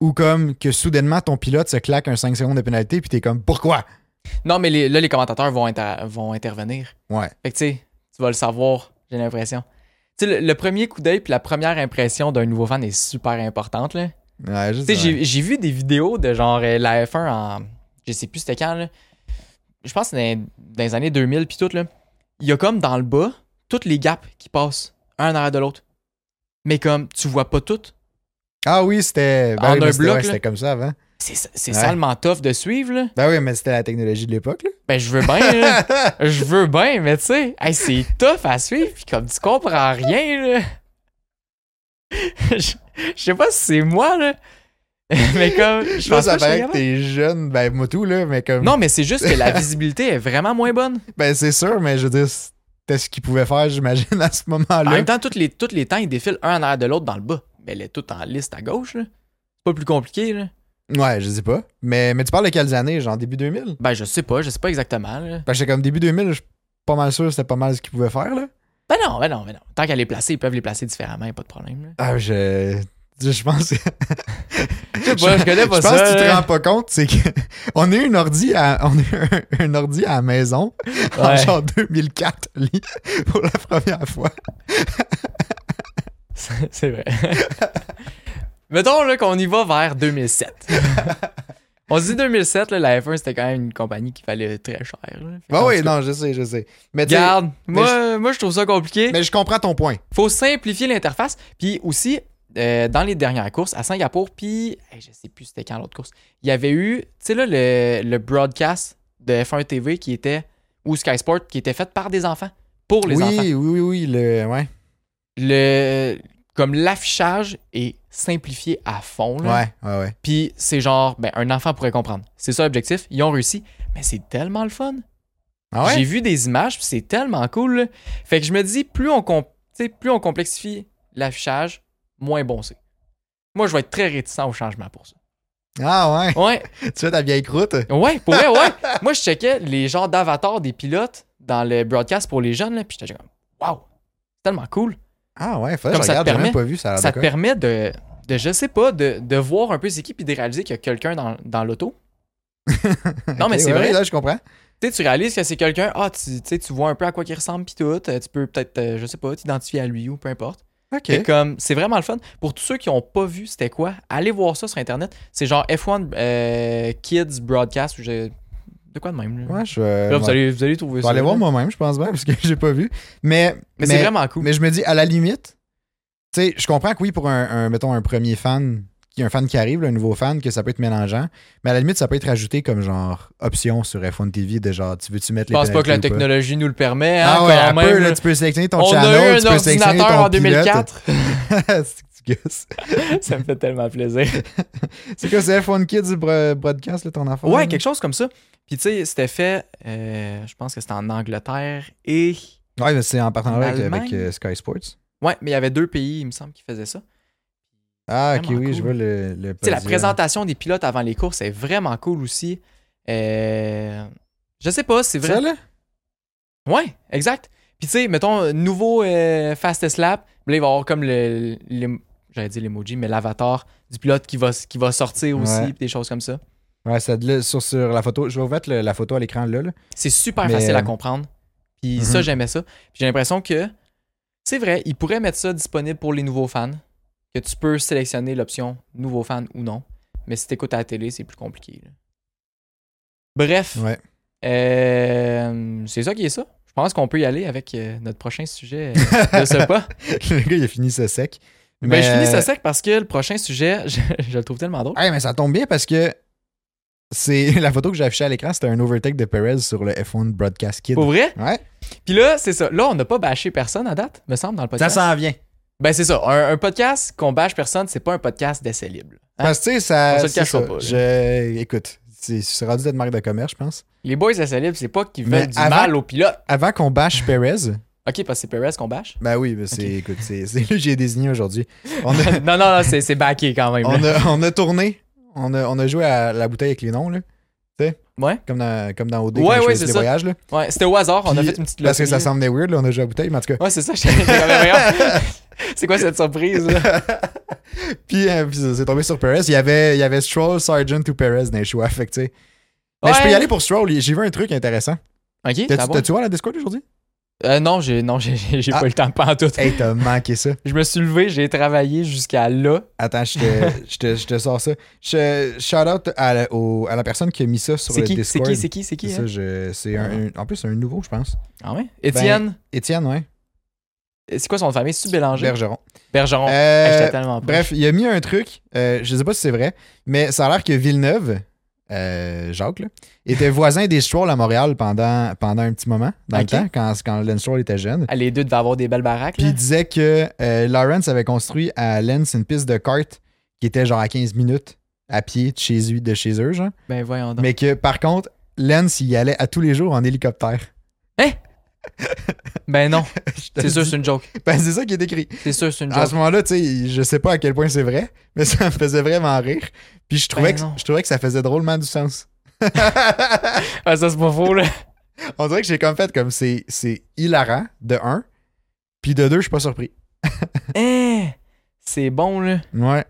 ou comme que soudainement ton pilote se claque un 5 secondes de pénalité, puis t'es comme, pourquoi? Non, mais les- là, les commentateurs vont, inter- vont intervenir. Ouais. Fait que tu sais, tu vas le savoir, j'ai l'impression. Tu sais, le, le premier coup d'œil puis la première impression d'un nouveau fan est super importante. Là. Ouais, juste. Tu sais, j'ai- j'ai vu des vidéos de genre euh, la F1 en. Je sais plus c'était quand, là. Je pense que c'est dans, dans les années 2000 puis tout, là. Il y a comme dans le bas, toutes les gaps qui passent, un en arrière de l'autre. Mais comme, tu vois pas toutes. Ah oui, c'était. En oui, un mais c'était- bloc, ouais, là. c'était comme ça avant. C'est c'est Ouais. salement tough de suivre, là. Ben oui, mais c'était la technologie de l'époque, là. Ben, je veux bien, là. Je veux bien, mais tu sais, hey, c'est tough à suivre, puis comme tu comprends rien, là. Je je sais pas si c'est moi, là. mais comme. Je Je pense pense pas que je que ça paraît suis que t'es jeune, ben moi tout, là, mais comme. Non, mais c'est juste que la visibilité est vraiment moins bonne. Ben c'est sûr, mais je veux dire, c'était ce qu'ils pouvaient faire, j'imagine, à ce En moment-là. même temps, tous les, tous les temps, ils défilent un en arrière de l'autre dans le bas. Mais elle est toute en liste à gauche, là. C'est pas plus compliqué, là. Ouais, je sais pas. Mais, mais tu parles de quelles années, genre début 2000? Ben, je sais pas, je sais pas exactement, là. Parce que comme début 2000, je suis pas mal sûr que c'était pas mal ce qu'ils pouvaient faire, là. Ben non, ben non, ben non. Tant qu'elle est placée, ils peuvent les placer différemment, y a pas de problème, là. Ah, je. Je pense que. Je sais pas, je connais pas je ça. hein. pense que tu te là. rends pas compte, c'est que on a eu une ordi à, on a eu un, un ordi à la maison en Ouais. genre 2004 Lee, pour la première fois. C'est c'est vrai. Mettons là, qu'on y va vers 2007. On se dit 2007, là, la F1, c'était quand même une compagnie qui valait très cher. là. Fait Bah qu'en oui, tout cas, non, je sais, je sais. Mais tu sais- Regarde, moi, moi, je trouve ça compliqué. mais je comprends ton point. faut simplifier l'interface. Puis aussi, euh, dans les dernières courses, à Singapour, puis hey, je sais plus c'était quand l'autre course, il y avait eu, tu sais, là, le, le broadcast de F1 TV qui était, ou Sky Sport, qui était fait par des enfants, pour les oui, enfants. oui, oui, oui, le, ouais, Le, comme l'affichage est simplifié à fond. là. ouais, ouais, ouais. Puis c'est genre, ben, un enfant pourrait comprendre. C'est ça l'objectif. Ils ont réussi. Mais c'est tellement le fun. Ah ouais? J'ai vu des images, puis c'est tellement cool. là. Fait que je me dis, plus on, com- tu sais, plus on complexifie l'affichage, moins bon c'est. Moi, je vais être très réticent au changement pour ça. Ah ouais, Ouais, tu fais ta vieille croûte. ouais, pour vrai, ouais. Moi, je checkais les genres d'avatars des pilotes dans le broadcast pour les jeunes, là, puis j'étais genre, waouh, c'est tellement cool. Ah ouais, faudrait Comme que je ça te regarde, j'ai même permet- pas vu ça. a l'air ça de te quoi. permet de, de, je sais pas, de, de voir un peu c'est qui, puis de réaliser qu'il y a quelqu'un dans, dans l'auto. non, mais Ok, c'est ouais, vrai. Là, je comprends. Tu sais, tu réalises que c'est quelqu'un, ah, tu, tu sais, tu vois un peu à quoi il ressemble, puis tout. euh, Tu peux peut-être, euh, je sais pas, t'identifier à lui ou peu importe. Ok. Fait comme, c'est vraiment le fun. Pour tous ceux qui n'ont pas vu c'était quoi, allez voir ça sur Internet. C'est genre F1 euh, Kids Broadcast. ou je- De quoi de même? Là, Ouais, je vais- Là, vous, ouais. allez, vous allez trouver Je vais ça. euh, aller là. voir moi-même, je pense bien, parce que j'ai pas vu. Mais, Mais, c'est vraiment cool. Mais je me dis, à la limite, tu sais, je comprends que oui, pour un, un, mettons, un premier fan, qui un fan qui arrive, là, un nouveau fan, que ça peut être mélangeant, mais à la limite, ça peut être ajouté comme genre option sur F1 TV de genre, tu veux-tu mettre Je les pense pas que la pénalités ou technologie nous le permet. hein, Ah ouais, quand un même, peu, là, là. tu peux sélectionner ton on channel, a eu tu un peux sélectionner ton ordinateur en pilote. 2004. C'est que tu gosses. ça me fait tellement plaisir. c'est quoi, c'est F1 Kids bro- broadcast, là, ton enfant? Ouais, quelque chose comme ça. Puis tu sais, c'était fait, euh, je pense que c'était en Angleterre et. Ouais, mais c'est en partenariat En avec, avec, Allemagne. euh, Sky Sports. Ouais, mais il y avait deux pays, il me semble, qui faisaient ça. Ah, ok, Vraiment oui, je cool. vois le. le Tu sais, la podium. présentation des pilotes avant les courses est vraiment cool aussi. Euh, je sais pas, c'est C'est vrai. Ça, là? Ouais, exact. Puis tu sais, mettons, nouveau euh, Fastest Lap, là, il va y avoir comme le, l'em- j'allais dire l'emoji, mais l'avatar du pilote qui va, qui va sortir aussi, Ouais. puis des choses comme ça. Ouais, ça, là, sur, sur la photo. Je vais vous mettre le- la photo à l'écran, là. là. C'est super Mais, facile euh, à comprendre. Puis mhm. ça, j'aimais ça. Puis j'ai l'impression que, c'est vrai, ils pourraient mettre ça disponible pour les nouveaux fans, que tu peux sélectionner l'option nouveau fan ou non. Mais si t'écoutes à la télé, c'est plus compliqué. là. Bref, Ouais. euh, c'est ça qui est ça. Je pense qu'on peut y aller avec euh, notre prochain sujet euh, de ce pas. le gars, il a fini ça sec. Ben, Mais- je euh, finis ça sec parce que le prochain sujet, je, je le trouve tellement drôle. Hey, mais ça tombe bien parce que c'est la photo que j'ai affichée à l'écran, c'était un overtake de Perez sur le F1 Broadcast Kid. Pour vrai? Ouais, Puis là, c'est ça. Là, on n'a pas bâché personne à date, me semble, dans le ça podcast. s'en vient. Ben, c'est ça. Un, un podcast qu'on bâche personne, c'est pas un podcast d'essai libre. hein. Parce que tu sais, ça. On se le c'est cachera ça. pas, là. Je... Écoute, c'est c'est rendu d'être marque de commerce, je pense. Les boys d'essai libre, c'est pas qu'ils Mais veulent du avant- mal aux pilotes. Avant qu'on bâche Perez, Ok, parce que c'est Perez qu'on bâche. ben oui, mais c'est écoute, c'est c'est lui que j'ai désigné aujourd'hui. On a, non, non, non, c'est c'est backé quand même. on là. a- on a tourné, on a, on a joué à la bouteille avec les noms, là. Tu sais? Ouais. Comme dans, comme dans OD, Ouais, quand j'ai ouais, choisi c'est les ça. voyages, là. Ouais, c'était au hasard, on a Puis, fait une petite Parce que loterie, ça là. semblait weird, là, on a joué à la bouteille, mais en tout cas. Ouais, c'est ça, j'étais comme, voyons, C'est quoi cette surprise là? Puis, euh, puis c'est tombé sur Perez. Il y avait, il y avait Stroll, Sargent ou Perez dans les choix. Fait que, tu sais. Mais je peux y Ouais. aller pour Stroll. J'ai vu un truc intéressant. Ok, T'as- t'as T'as-tu bon. voir la Discord aujourd'hui? Euh, non, j'ai non, j'ai j'ai Ah. pas eu le temps pas en tout. Hey, t'as manqué ça. Je me suis levé, j'ai travaillé jusqu'à là. Attends, je te, je te, je te sors ça. Je, shout out à la, au- à la personne qui a mis ça sur C'est le qui? C'est Discord. qui? C'est qui? C'est qui? ça, hein? je- c'est un, un- en plus, c'est un nouveau, je pense. Ah ouais? Étienne? Étienne, ouais. C'est quoi son nom de famille? C'est-tu Bélanger? Bergeron. Bergeron. Euh, Hey, j'étais tellement proche. Bref, il a mis un truc, euh, je sais pas si c'est vrai, mais ça a l'air que Villeneuve, euh, Jacques, là, était voisin des Stroll à Montréal pendant, pendant un petit moment, dans Ok. le temps, quand, quand Len Stroll était jeune. Ah, Les deux devaient avoir des belles baraques. Puis là. il disait que euh, Lawrence avait construit à Lens une piste de kart qui était genre à 15 minutes à pied de chez, lui, de chez eux, genre. Ben voyons donc. Mais que par contre, Lens il y allait à tous les jours en hélicoptère. Ben non, Je te c'est le sûr, dis. c'est une joke. Ben, c'est ça qui est écrit. C'est sûr, c'est une À joke. ce moment-là, tu sais, je sais pas à quel point c'est vrai, mais ça me faisait vraiment rire. Puis je trouvais, Ben non. que, je trouvais que ça faisait drôlement du sens. Ah, ça, c'est pas faux, là. On dirait que j'ai comme fait comme c'est, c'est hilarant, de un, puis de deux, je suis pas surpris. Hein? c'est bon, là. Ouais.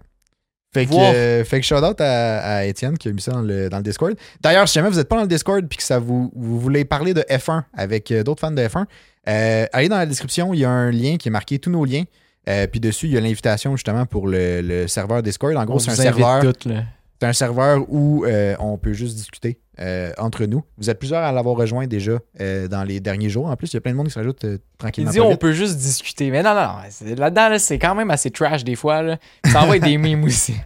Fait que, Wow. euh, fait que shout out à, à Étienne qui a mis ça dans le, dans le Discord. D'ailleurs, si jamais vous n'êtes pas dans le Discord puis que ça vous, vous voulez parler de F1 avec euh, d'autres fans de F1, euh, allez dans la description, il y a un lien qui est marqué tous nos liens. Euh, puis dessus, il y a l'invitation justement pour le, le serveur Discord. En gros, On c'est un vous invite serveur. toutes, là. C'est un serveur où euh, on peut juste discuter euh, entre nous. Vous êtes plusieurs à l'avoir rejoint déjà euh, dans les derniers jours. En plus, il y a plein de monde qui se rajoute euh, Il tranquillement. dit pas on vite. peut juste discuter. Mais non, non, non. c'est- Là-dedans, là, c'est quand même assez trash des fois. Là. Ça envoie des mimes aussi.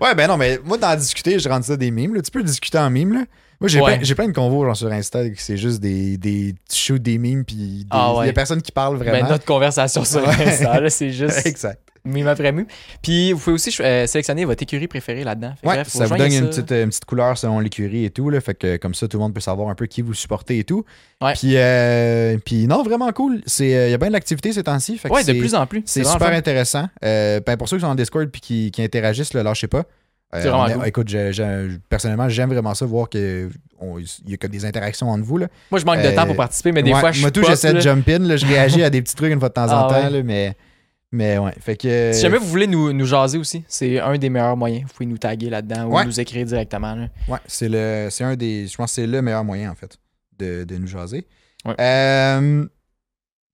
Ouais, ben non, mais moi, dans discuter, je rentre ça des mimes. là. Tu peux discuter en mime. Là. Moi, j'ai Ouais. plein, j'ai plein de convos genre, sur Insta que c'est juste des, des tu shoots des mimes, puis des- Ah il y ouais. a personne qui parle Ben, vraiment. notre conversation sur Ouais. ça, là, c'est juste exact. mime après mime. Puis vous pouvez aussi euh, sélectionner votre écurie préférée là-dedans. Fait que Ouais, bref, ça vous rejoignez donne une petite, une petite couleur selon l'écurie et tout. Là, fait que comme ça, tout le monde peut savoir un peu qui vous supportez et tout. Ouais. Puis, euh, puis non, vraiment cool. C'est, euh, Il y a bien de l'activité ces temps-ci. fait que Ouais, de c'est- plus en plus. C'est vraiment super le fun. intéressant. Euh, ben, pour ceux qui sont en Discord et qui, qui interagissent, là, lâchez pas. Euh, C'est vraiment on est- cool. Écoute, j'ai- j'ai- personnellement, j'aime vraiment ça, voir qu'il y a comme des interactions entre vous. Là. Moi, je manque de Euh, temps pour participer, mais des Ouais, fois, je Moi, suis tout, pas, j'essaie de là. jump in. là, je réagis à des petits trucs une fois de temps Ah en temps. ouais. là, mais, mais ouais. Fait que, Si jamais vous voulez nous, nous jaser aussi, c'est un des meilleurs moyens. Vous pouvez nous taguer là-dedans Ouais. ou nous écrire directement. là. Ouais, c'est le, c'est un des, je pense que c'est le meilleur moyen en fait de, de nous jaser. Ouais. Euh,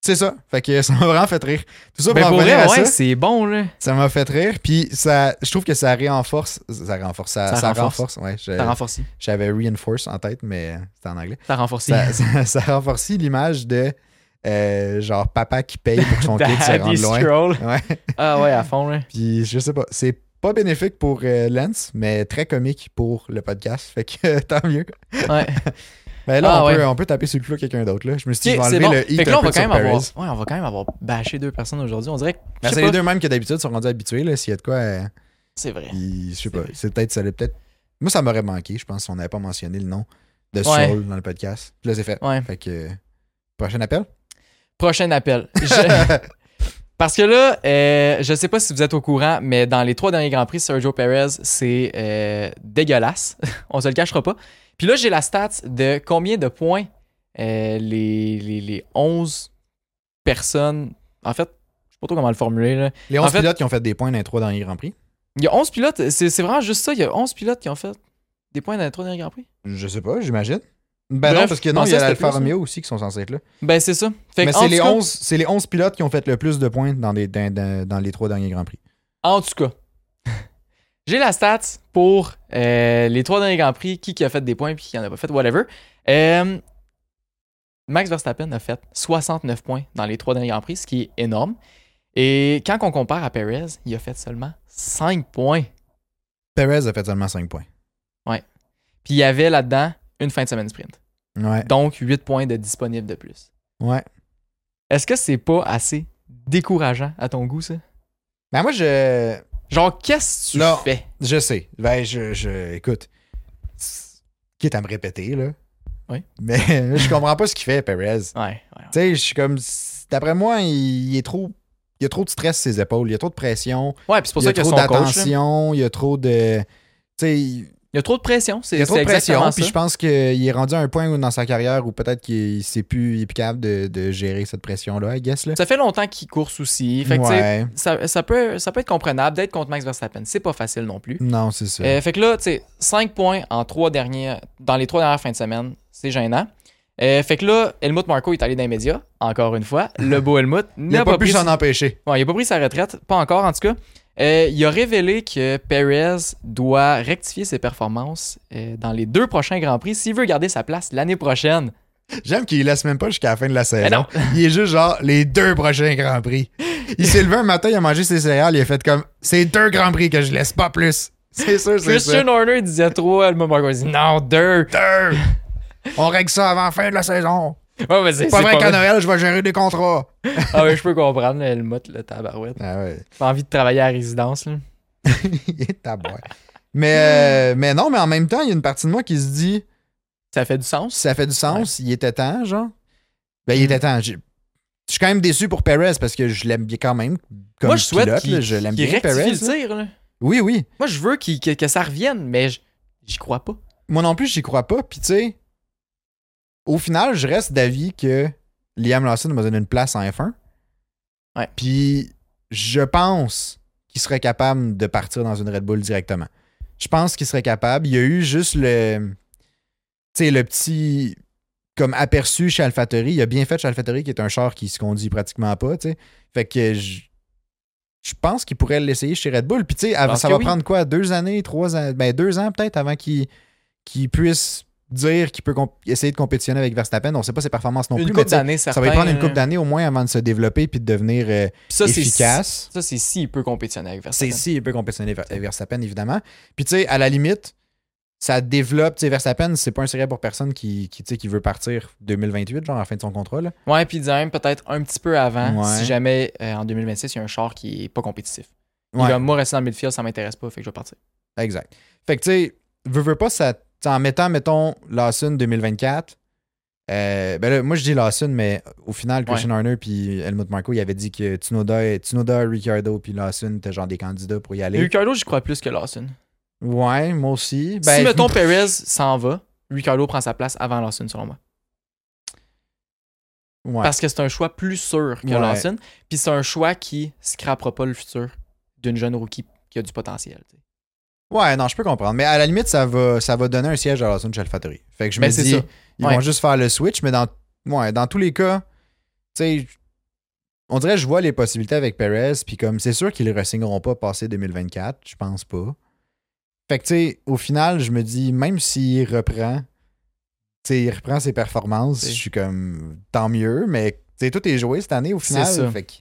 c'est ça. Fait que ça m'a vraiment fait rire. Tout ça Ben, pour en pour revenir vrai, à ouais, ça, Euh, c'est bon. Là. ça m'a fait rire. Puis ça, je trouve que ça réenforce, ça renforce, ça, Ça ça renforce. renforce. ouais, je- T'as renforcé. j'avais reinforce en tête, mais c'était en anglais. T'as renforcé. Ça, ça, ça renforcit l'image de euh, genre papa qui paye pour que son kid se rende Daddy loin. Scroll. Ouais. Ah ouais, à fond. Là. Puis je sais pas, c'est pas bénéfique pour euh, Lens, mais très comique pour le podcast. Fait que euh, tant mieux. Ouais. Mais là, Ah on, ouais. peut, on peut taper sur le clou à quelqu'un d'autre. Là. Je me suis Ok, dit, je vais c'est enlever bon. le Fait hit que là, un on va peu quand sur même Perez. avoir, ouais, on va quand même avoir bâché deux personnes aujourd'hui. On dirait que. je Ben, sais c'est pas. les deux mêmes que d'habitude sont rendus habitués. Là. S'il y a de quoi, euh, C'est vrai. ils- je sais C'est pas. vrai. C'est peut-être, ça l'est peut-être. Moi, ça m'aurait manqué, je pense, si on n'avait pas mentionné le nom de Ouais. Saul dans le podcast. Je les ai fait. Ouais. Fait que. euh, Prochain appel? Prochain appel. Je- Parce que là, euh, je sais pas si vous êtes au courant, mais dans les trois derniers Grands Prix, Sergio Perez, c'est euh, dégueulasse. on se le cachera pas. Puis là, j'ai la stat de combien de points euh, les, les, les 11 personnes. En fait, je sais pas trop comment le formuler. Là. Les En 11 fait- pilotes qui ont fait des points dans les trois derniers Grands Prix. Il y a 11 pilotes, c'est c'est vraiment juste ça. Il y a 11 pilotes qui ont fait des points dans les trois derniers Grands Prix. Je sais pas, j'imagine. Ben Bref, non, parce que je non, il y pensais a que c'était l'Alfa plus, hein. Romeo aussi qui sont censés être là. Ben, c'est ça. Fait Mais que, en c'est tout les, cas- 11, c'est les 11 pilotes qui ont fait le plus de points dans les, dans, dans- dans les trois derniers Grands Prix. En tout cas, j'ai la stats pour euh, les trois derniers Grands Prix, qui, qui a fait des points puis qui en a pas fait, whatever. Euh, Max Verstappen a fait 69 points dans les trois derniers Grands Prix, ce qui est énorme. Et quand on compare à Perez, il a fait seulement 5 points. Perez a fait seulement 5 points. Puis il y avait là-dedans une fin de semaine sprint. Ouais. Donc 8 points de disponibles de plus. Ouais. Est-ce que c'est pas assez décourageant à ton goût, ça? Ben moi, je. Genre, qu'est-ce que tu Non. fais? Je sais. Ben, je. je- écoute. c'est- Quitte à me répéter, là. Oui. Mais je comprends pas ce qu'il fait, Perez. Tu Ouais, ouais, ouais. sais, je suis comme. D'après moi, il, il est trop. Il y a trop de stress sur ses épaules, il y a trop de pression, Ouais, puis c'est pour il y ça a que trop son coach, là, d'attention, il y a trop de. Tu sais, il y a trop de pression. C'est Il y a trop c'est de pression, exactement puis ça. je pense qu'il est rendu à un point où, dans sa carrière où peut-être qu'il s'est plus, il est plus capable de, de gérer cette pression-là, I guess. Là. Ça fait longtemps qu'il court souci. Fait que, tu sais, ouais. ça, ça peut, ça peut être comprenable d'être contre Max Verstappen. C'est pas facile non plus. Non, c'est ça. Euh, fait que là, tu sais, 5 points en trois dernières, dans les trois dernières fins de semaine, c'est gênant. Euh, fait que là, Helmut Marco est allé dans les médias, encore une fois. Le beau Helmut il n'a n'a pas, pu pris s'en empêcher. Bon, il a pas pris sa retraite, pas encore en tout cas. Euh, il a révélé que Perez doit rectifier ses performances euh, dans les deux prochains Grands Prix s'il veut garder sa place l'année prochaine. J'aime qu'il laisse même pas jusqu'à la fin de la saison. non. Il est juste genre les deux prochains Grands Prix. Il s'est levé un matin, il a mangé ses céréales, il a fait comme c'est deux Grands Prix que je laisse pas plus. C'est sûr, c'est ça. Christian Horner disait trois, le moment il dit non, deux. Deux. On règle ça avant la fin de la saison. Ouais, mais c'est C'est pas c'est vrai pas qu'à vrai. Noël, je vais gérer des contrats. Ah ouais, je peux comprendre, le mot, le tabarouette. Ah ouais. Pas envie de travailler à la résidence, là. il est tabouin. Mais, euh, mais non, mais en même temps, il y a une partie de moi qui se dit Ça fait du sens. ça fait du sens, il était temps, genre. Ben, il était Mm. temps. J'ai- Je suis quand même déçu pour Perez parce que je l'aime bien quand même. Comme Moi, je souhaite pilote, qu'il là, je l'aime qu'il bien, Perez. rectifie le là. tir, là. Oui, oui. Moi, je veux qu'il- que, que ça revienne, mais je- j'y crois pas. Moi non plus, j'y crois pas. Puis, tu sais, au final, je reste d'avis que Liam Lawson m'a donné une place en F1. Ouais. Puis, je pense qu'il serait capable de partir dans une Red Bull directement. Je pense qu'il serait capable. Il y a eu juste le. Tu sais, le petit. Comme aperçu chez AlphaTauri. Il a bien fait chez AlphaTauri, qui est un char qui se conduit pratiquement pas, tu sais. Fait que je. Je pense qu'il pourrait l'essayer chez Red Bull. Puis, tu sais, avant- pense ça que va oui. prendre quoi Deux années, trois ans Ben, deux ans peut-être avant qu'il qu'il puisse dire qu'il peut comp- essayer de compétitionner avec Verstappen. On ne sait pas ses performances non une plus. mais coupe tu sais, d'années, ça va lui prendre une certain, coupe là. d'années au moins avant de se développer puis de devenir euh, Puis Ça, c'est efficace. Ça, c'est s'il peut compétitionner avec Verstappen. C'est si il peut compétitionner Ver- avec Verstappen, évidemment. Puis tu sais, à la limite, ça développe. Tu sais, Verstappen, c'est pas un célèbre pour personne qui, qui, tu sais, qui veut partir 2028, genre à la fin de son contrat. là. Ouais, puis disons même peut-être un petit peu avant, Ouais. si jamais euh, en 2026, il y a un char qui est pas compétitif. Il Ouais. va, moi, rester dans le midfield, ça m'intéresse pas, fait que je vais partir. Exact. Fait que, tu sais, veux, veux pas, ça, tu sais, en mettant, mettons, Lawson 2024, euh, ben là, moi, je dis Lawson, mais au final, Christian Horner puis Helmut Marko, il avait dit que Tsunoda, et- Tsunoda Ricciardo puis Lawson étaient genre des candidats pour y aller. Ricardo, j'y crois plus que Lawson. Ouais, moi aussi. si, Ben, mettons, Perez s'en va, Ricardo prend sa place avant Lawson, selon moi. ouais. Parce que c'est un choix plus sûr que Ouais. Lawson, puis c'est un choix qui scrapera pas le futur d'une jeune rookie qui a du potentiel. tu sais. Ouais, non, je peux comprendre. Mais à la limite, ça va, ça va donner un siège à Lawson chez AlphaTauri. Fait que je Ben, me c'est dis, ça. ils Ouais. vont juste faire le switch, mais dans, ouais, dans tous les cas, tu sais, on dirait que je vois les possibilités avec Perez, puis comme c'est sûr qu'ils ne ressigneront pas passé 2024, je pense pas. Fait que tu sais, au final, je me dis, même s'il reprend, tu sais, il reprend ses performances, C'est- je suis comme, tant mieux, mais tu sais, tout est joué cette année au C'est final. ça. Fait que-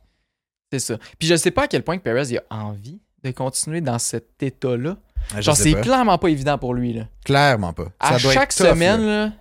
C'est ça. Puis je sais pas à quel point que Perez il a envie de continuer dans cet état-là. je Genre, sais c'est pas. clairement pas évident pour lui. Là. clairement pas. À Ça doit être chaque tough, semaine, là,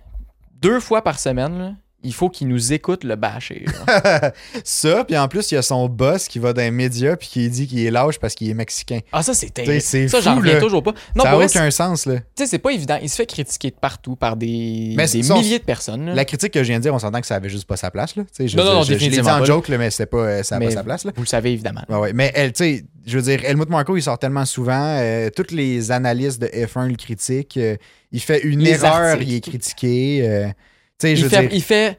deux fois par semaine, là, il faut qu'il nous écoute le bâcher. là. Ça, puis en plus, il y a son boss qui va dans les médias puis qui dit qu'il est lâche parce qu'il est mexicain. ah, ça, c'est T'sais, terrible. C'est Ça, fou, j'en reviens là. toujours pas. Non, ça pour vrai, n'a aucun sens, là. c'est- tu sais, c'est pas évident. Il se fait critiquer de partout par des, Mais des son- milliers de personnes. là. La critique que je viens de dire, on s'entend que ça avait juste pas sa place, là. Tu sais, Je, Hein? Non, veux non, dire, non, je- je l'ai dit définitivement en pas. joke, là, mais c'était pas, euh, ça n'a Mais pas sa place, là. Vous le savez, évidemment. Ouais, ouais. Mais elle, tu sais, je veux dire, Helmut Marko, il sort tellement souvent. euh, toutes les analystes de F1 le critiquent. euh, il fait une Les erreur, articles. il est critiqué. euh, tu sais, je Il veux fait, dire, il, il fait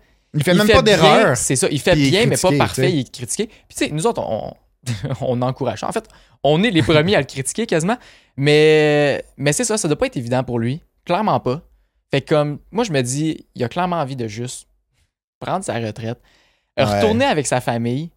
fait Il même fait pas bien, d'erreur. C'est ça, il fait Puis il est bien, mais pas critiqué, parfait, tu sais. il est critiqué. Puis tu sais, nous autres, on, on encourage. En fait, on est les premiers à le critiquer quasiment, mais, mais c'est ça, ça doit pas être évident pour lui. Clairement pas. Fait que comme, moi je me dis, il a clairement envie de juste prendre sa retraite, Ouais. retourner avec sa famille,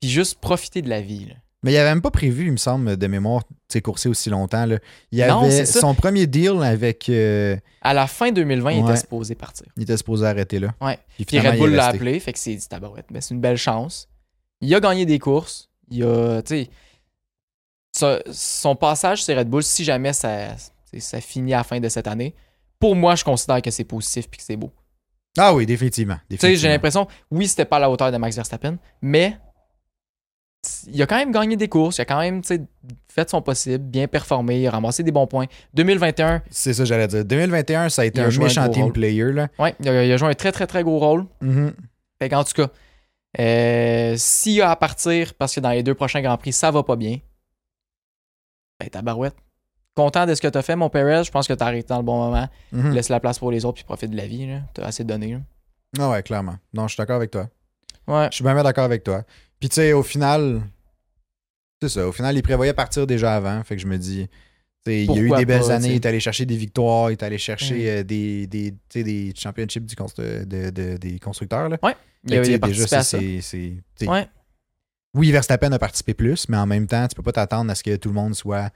puis juste profiter de la vie. là. Mais il avait même pas prévu, il me semble, de mémoire, tu sais, courser aussi longtemps, là. Il Non, avait c'est ça. son premier deal avec. euh, À la fin 2020, il Ouais. était supposé partir. Il était supposé arrêter là. Ouais. Puis Puis finalement, Red Bull il est l'a resté. appelé, fait que c'est dit tabarouette. Mais c'est une belle chance. Il a gagné des courses. Il a, tu sais, son- son passage sur Red Bull, si jamais ça, tu sais, ça finit à la fin de cette année, pour moi, je considère que c'est positif puis que c'est beau. Ah oui, définitivement. Tu sais, j'ai définitivement. l'impression, oui, c'était pas à la hauteur de Max Verstappen, mais il a quand même gagné des courses, il a quand même, tu sais, fait son possible, bien performé, il a ramassé des bons points. 2021, C'est ça, que j'allais dire. 2021, ça a été Il a un joué un méchant gros team rôle. player. Là. ouais, il a, il a joué un très, très, très gros rôle. Mhm. Fait qu'en tout cas, euh, s'il y a à partir, parce que dans les deux prochains Grands Prix, ça va pas bien, ben tabarouette. Content de ce que t'as fait, mon Perez. Je pense que t'as arrêté dans le bon moment. Mhm. Laisse la place pour les autres, puis profite de la vie. là. T'as assez donné. là. Ah ouais, clairement. Non, je suis d'accord avec toi. Ouais. Je suis bien bien d'accord avec toi. Puis tu sais, au final, c'est ça. Au final, il prévoyait partir déjà avant. Fait que je me dis, tu sais, il y a eu Pourquoi des belles pas, années. tu sais. Il est allé chercher des victoires. Il est allé chercher Mm. euh, des, des, tu sais, des championships du cons- de- de- de- des constructeurs. Là. Il a, Fait que, il a tu sais, déjà, participé ça, à ça. c'est. c'est- tu sais, Ouais. Oui, Verstappen a participé plus, mais en même temps, tu peux pas euh, t'attendre à ce que tout le monde soit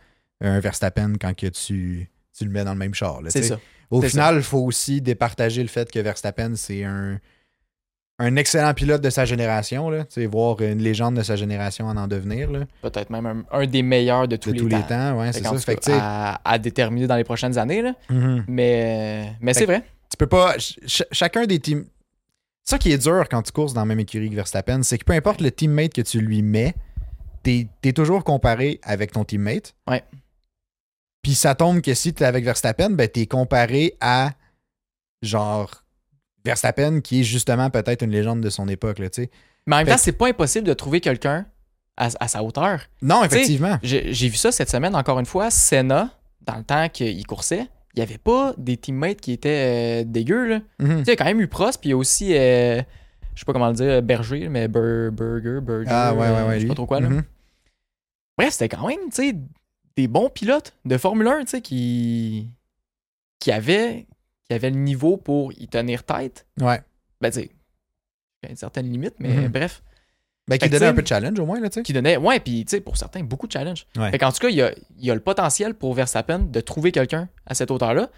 un Verstappen quand que tu, tu le mets dans le même char. là, tu C'est sais. ça. Au C'est final, il faut aussi départager le fait que Verstappen, c'est un, un excellent pilote de sa génération. Là. Tu sais, voir une légende de sa génération en en devenir là, Peut-être même un, un des meilleurs de tous, de les, tous temps. les temps. Ouais, Fait c'est qu'en ça. tout Fait que, cas, à, à déterminer dans les prochaines années. Là. tu sais, mhm. Mais, euh, mais Fait c'est vrai. tu peux pas. ch- ch- chacun des teams. Ça qui est dur quand tu courses dans la même écurie que Verstappen, c'est que peu importe le teammate que tu lui mets, t'es es toujours comparé avec ton teammate. Ouais. Puis ça tombe que si t'es avec Verstappen, ben t'es comparé à genre Verstappen qui est justement peut-être une légende de son époque, là, tu sais. Mais en même Fait- temps, c'est pas impossible de trouver quelqu'un à, à sa hauteur. Non, sais, effectivement. J'ai j'ai vu ça cette semaine, encore une fois. Senna, dans le temps qu'il coursait, il n'y avait pas des teammates qui étaient euh, dégueux. Là. Tu Mhm. sais, il y a quand même eu Prost, puis il y a aussi, euh, je sais pas comment le dire, Berger, mais Bur- Burger, Burger. Ah ouais, ouais, euh, Je ouais. sais lui. pas trop quoi. Là. Mhm. Bref, c'était quand même, tu sais, des bons pilotes de Formule 1, tu sais, qui, qui, avaient, qui avaient le niveau pour y tenir tête. Ouais. Ben, tu sais, il y a une certaine limite, mais Mhm. bref. Ben Fait qui que, donnait tu sais, un peu de challenge au moins, là, tu sais. Qui donnait, ouais, puis, tu sais, pour certains, beaucoup de challenge. Ouais. Fait qu'en tout cas, il y a, il y a le potentiel pour Verstappen de trouver quelqu'un à cette hauteur-là,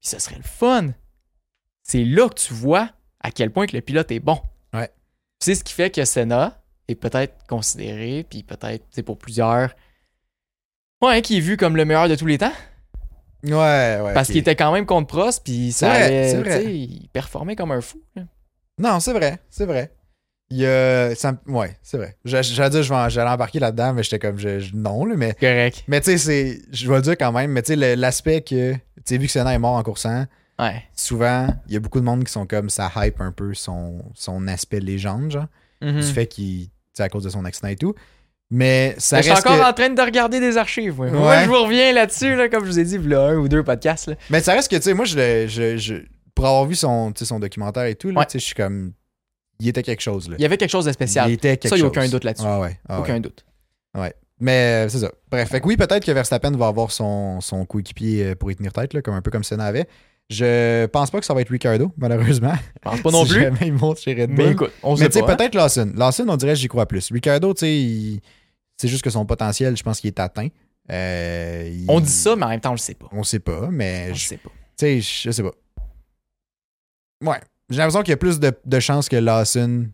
puis ce serait le fun. C'est là que tu vois à quel point que le pilote est bon. Ouais. Puis C'est ce qui fait que Senna est peut-être considéré, puis peut-être, tu sais, pour plusieurs, ouais, qui est vu comme le meilleur de tous les temps. Ouais, ouais. Parce ok. qu'il était quand même contre Prost, puis ça C'est vrai, allait, c'est vrai. tu sais, il performait comme un fou. là. Non, c'est vrai, c'est vrai. Il y a. ça me- ouais, c'est vrai. J'a- J'allais dire, je vais en- j'allais embarquer là-dedans, mais j'étais comme, je, je- non, là, mais. Correct. Mais tu sais, c'est. Je vais le dire quand même, mais tu sais, le- l'aspect que. Tu sais, vu que Senna est mort en coursant, Ouais. souvent, il y a beaucoup de monde qui sont comme, ça hype un peu son, son aspect légende, genre. Mhm. Du fait qu'il. Tu sais, à cause de son accident et tout. Mais ça Mais je suis reste. encore que- en train de regarder des archives. moi. Moi, Ouais. je vous reviens là-dessus, là, comme je vous ai dit, il y a un ou deux podcasts. là. Mais ça reste que, tu sais, moi, je, le- je, je- Pour avoir vu son, tu sais, son documentaire et tout, là, Ouais. tu sais, je suis comme. Il était quelque chose, là. Il y avait quelque chose de spécial. Il était quelque Ça, il y a chose. aucun doute là-dessus. Ah ouais, ah ouais. Aucun doute. Mais euh, c'est ça. Bref, fait que oui, peut-être que Verstappen va avoir son, son coéquipier euh, pour y tenir tête, là, comme un peu comme Senna avait. Je pense pas que ça va être Ricardo, malheureusement. Je pense pas non Si plus. jamais il monte chez Red Bull. Mais écoute, on Mais sait tu sais, pas. hein. peut-être Lawson. Lawson, on dirait que j'y crois plus. Ricardo, tu sais, il- c'est juste que son potentiel, je pense qu'il est atteint. Euh, il- On dit ça, mais en même temps, on le sait pas. On sait pas, On mais le je- sait pas. tu sais, je sais pas. Ouais. J'ai l'impression qu'il y a plus de, de chances que Lawson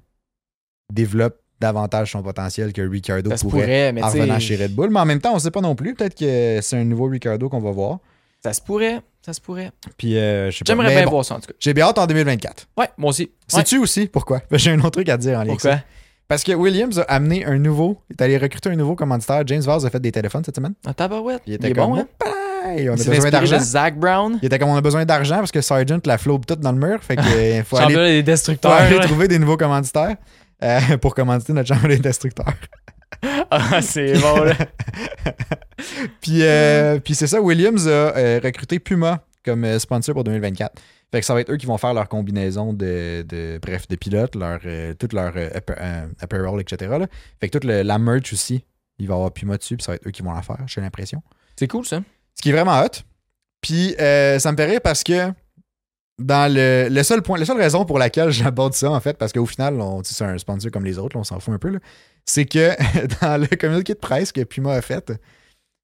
développe davantage son potentiel que Ricardo Ça se pourrait pourrait, mais en tu revenant sais, chez Red Bull. Mais en même temps, on sait pas non plus. Peut-être que c'est un nouveau Ricardo qu'on va voir. Ça se pourrait. Ça se pourrait. Puis, euh, je sais pas. J'aimerais Mais bien bon, voir ça, en tout cas. J'ai bien hâte en 2024. Ouais, moi aussi. Ouais. Sais-tu aussi pourquoi? J'ai un autre truc à te dire en lien avec ça. Pourquoi? Parce que Williams a amené un nouveau, est allé recruter un nouveau commanditaire. James Vaz a fait des téléphones cette semaine. Un Ah, tabarouette. Il, était est comme, bon, hein? Hey, on a Il s'est besoin inspiré d'argent. de Zach Brown. Il était comme on a besoin d'argent parce que Sargent la flobe toute dans le mur. Fait que euh, faut aller, Championnat des faut destructeurs. aller là. trouver des nouveaux commanditaires euh, pour commanditer notre chambre des destructeurs. Ah, c'est bon, là. Puis, euh, puis c'est ça, Williams a euh, recruté Puma comme euh, sponsor pour 2024. Fait que ça va être eux qui vont faire leur combinaison de, de- bref, de pilotes, leur, euh, toute leur euh, appa- euh, apparel, etc. là. Fait que toute le- la merch aussi, il va y avoir Puma dessus, puis ça va être eux qui vont la faire, j'ai l'impression. C'est cool, ça. Ce qui est vraiment hot. Puis euh, ça me fait rire parce que dans le, le seul point, la seule raison pour laquelle j'aborde ça, en fait, parce qu'au final, on, tu sais, c'est un sponsor comme les autres, là, on s'en fout un peu, là, c'est que dans le communiqué de presse que Puma a fait,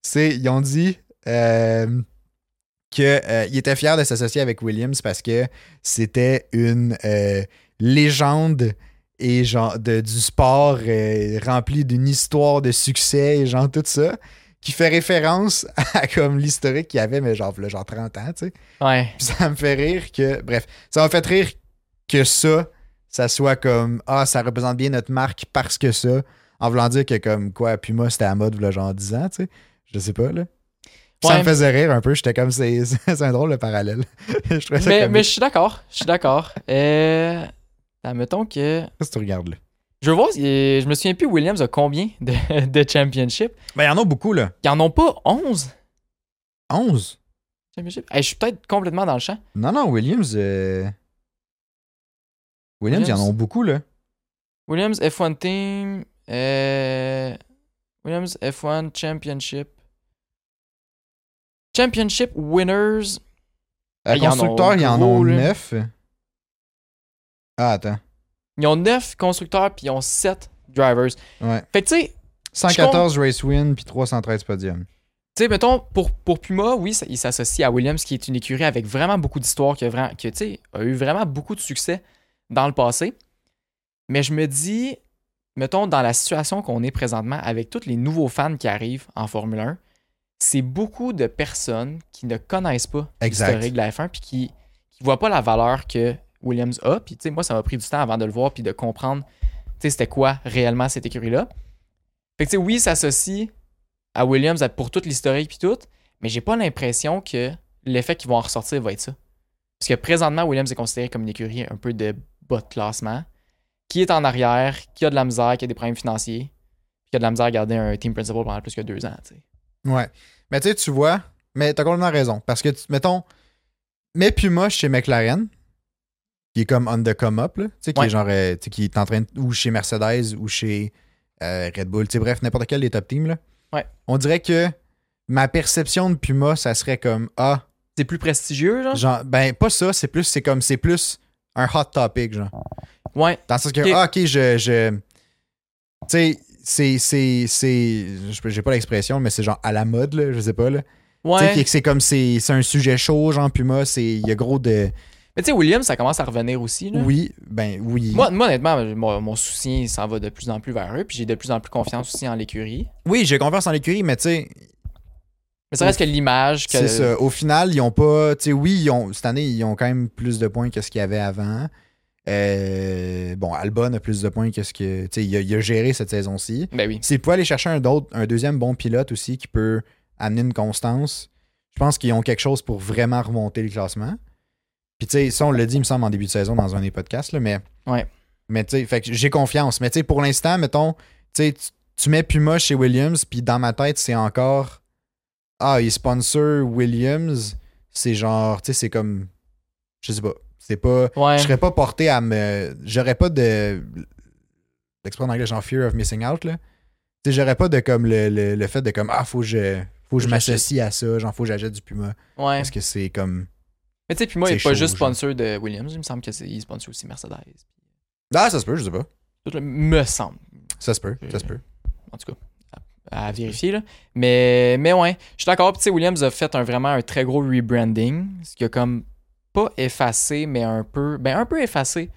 c'est ils ont dit euh, que euh, ils étaient fiers de s'associer avec Williams parce que c'était une euh, légende et genre de- du sport euh, rempli d'une histoire de succès et genre tout ça qui fait référence à comme l'historique qu'il y avait mais genre là, genre 30 ans tu sais Ouais. Puis ça me fait rire que bref ça m'a fait rire que ça ça soit comme ah ça représente bien notre marque parce que ça en voulant dire que comme quoi Puma c'était à mode là, genre 10 ans tu sais je sais pas là Puis ça Ouais. me faisait rire un peu j'étais comme c'est c'est un drôle de parallèle je trouvais ça Mais, comme mais je suis d'accord. Je suis d'accord. Euh. Admettons que. si tu regardes là Je veux voir, si- je me souviens plus Williams a combien de, de championship. ben il y en a beaucoup là Ils en ont pas 11 11 championship. Hey, je suis peut-être complètement dans le champ. Non, non, Williams. euh, Williams, Williams. ils en ont beaucoup, là. Williams F1 Team. euh, Williams F1 Championship. Championship winners. Euh, Ah, ils en ont constructeurs, ils en ont gros, là. 9. Ah, attends. Ils ont 9 constructeurs puis ils ont 7 drivers. Ouais. Fait que tu sais, 114 race win puis 313 podiums. Tu sais, mettons, pour, pour Puma, oui, ça- il s'associe à Williams, qui est une écurie avec vraiment beaucoup d'histoires, qui, a, vra- qui, tu sais, a eu vraiment beaucoup de succès dans le passé. Mais je me dis, mettons, dans la situation qu'on est présentement, avec tous les nouveaux fans qui arrivent en Formule 1, c'est beaucoup de personnes qui ne connaissent pas Exact. l'historique de la F1 puis qui ne voient pas la valeur que Williams a. Puis, tu sais, moi, ça m'a pris du temps avant de le voir puis de comprendre, tu sais, c'était quoi réellement cette écurie-là. Fait que, tu sais, oui, ça s'associe à Williams pour toute l'historique puis tout, mais j'ai pas l'impression que l'effet qui va en ressortir va être ça. Parce que présentement, Williams est considéré comme une écurie un peu de bas de classement, qui est en arrière, qui a de la misère, qui a des problèmes financiers, qui a de la misère à garder un team principal pendant plus que deux ans. tu sais. Ouais. Mais tu sais, tu vois, mais t'as complètement raison. Parce que, tu- mettons, mais Puma chez McLaren, qui est comme on the come up, là, tu sais, qui Ouais. est genre, euh, tu sais, qui est en train, de- ou chez Mercedes, ou chez euh, Red Bull, tu sais, bref, n'importe quel des top teams, là. Ouais. On dirait que ma perception de Puma, ça serait comme, ah, C'est plus prestigieux, genre. genre, ben, pas ça, c'est plus, c'est comme, c'est plus un hot topic, genre. Ouais, Dans le sens que, Ok. ah, ok, je. je- tu sais, c'est. c'est- c'est- je- J'ai pas l'expression, mais c'est genre à la mode, là, je sais pas, là. Tu sais, ouais. qui- c'est comme c'est c'est un sujet chaud, genre Puma, c'est. Il y a gros de. Mais tu sais, Williams, ça commence à revenir aussi. Là. Oui, ben oui. Moi, moi, honnêtement, mon, mon souci il s'en va de plus en plus vers eux, puis j'ai de plus en plus confiance aussi en l'écurie. oui, j'ai confiance en l'écurie, mais tu sais, Mais ça reste que l'image que. c'est ça. Au final, ils ont pas. Tu sais, oui, ils ont, cette année, ils ont quand même plus de points que ce qu'il y avait avant. Euh, bon, Albon a plus de points que ce que. Tu sais, il a, il a géré cette saison-ci. Ben oui. S'ils pouvaient aller chercher un, d'autre- un deuxième bon pilote aussi qui peut amener une constance, je pense qu'ils ont quelque chose pour vraiment remonter le classement. Puis tu sais, ça on l'a dit, il me semble, en début de saison dans un des podcasts, là, mais. Ouais. Mais tu sais, fait que j'ai confiance. Mais tu sais, pour l'instant, mettons, tu sais, tu- tu mets Puma chez Williams, puis dans ma tête, c'est encore. Ah, ils sponsor Williams. C'est genre, tu sais, c'est comme. Je sais pas. C'est pas Ouais. je serais pas porté à me. J'aurais pas de. L'expression en anglais, genre fear of missing out, là. Tu sais, j'aurais pas de comme le, le- le fait de comme Ah, faut que je. Faut que je Faut que m'associe à ça, genre faut que j'achète du Puma. ouais. Parce que c'est comme. Mais tu sais, puis moi, il n'est C'est pas chaud, juste genre. sponsor de Williams. Il me semble qu'il sponsor aussi Mercedes. Ah, ça se peut, je sais pas. Tout le- Me semble. Ça se peut, ça se peut. En tout cas, à, à vérifier. Là. Mais, mais ouais, je suis d'accord. Puis tu sais, Williams a fait un, vraiment un très gros rebranding. Ce qui a comme pas effacé, mais un peu. Ben, un peu effacé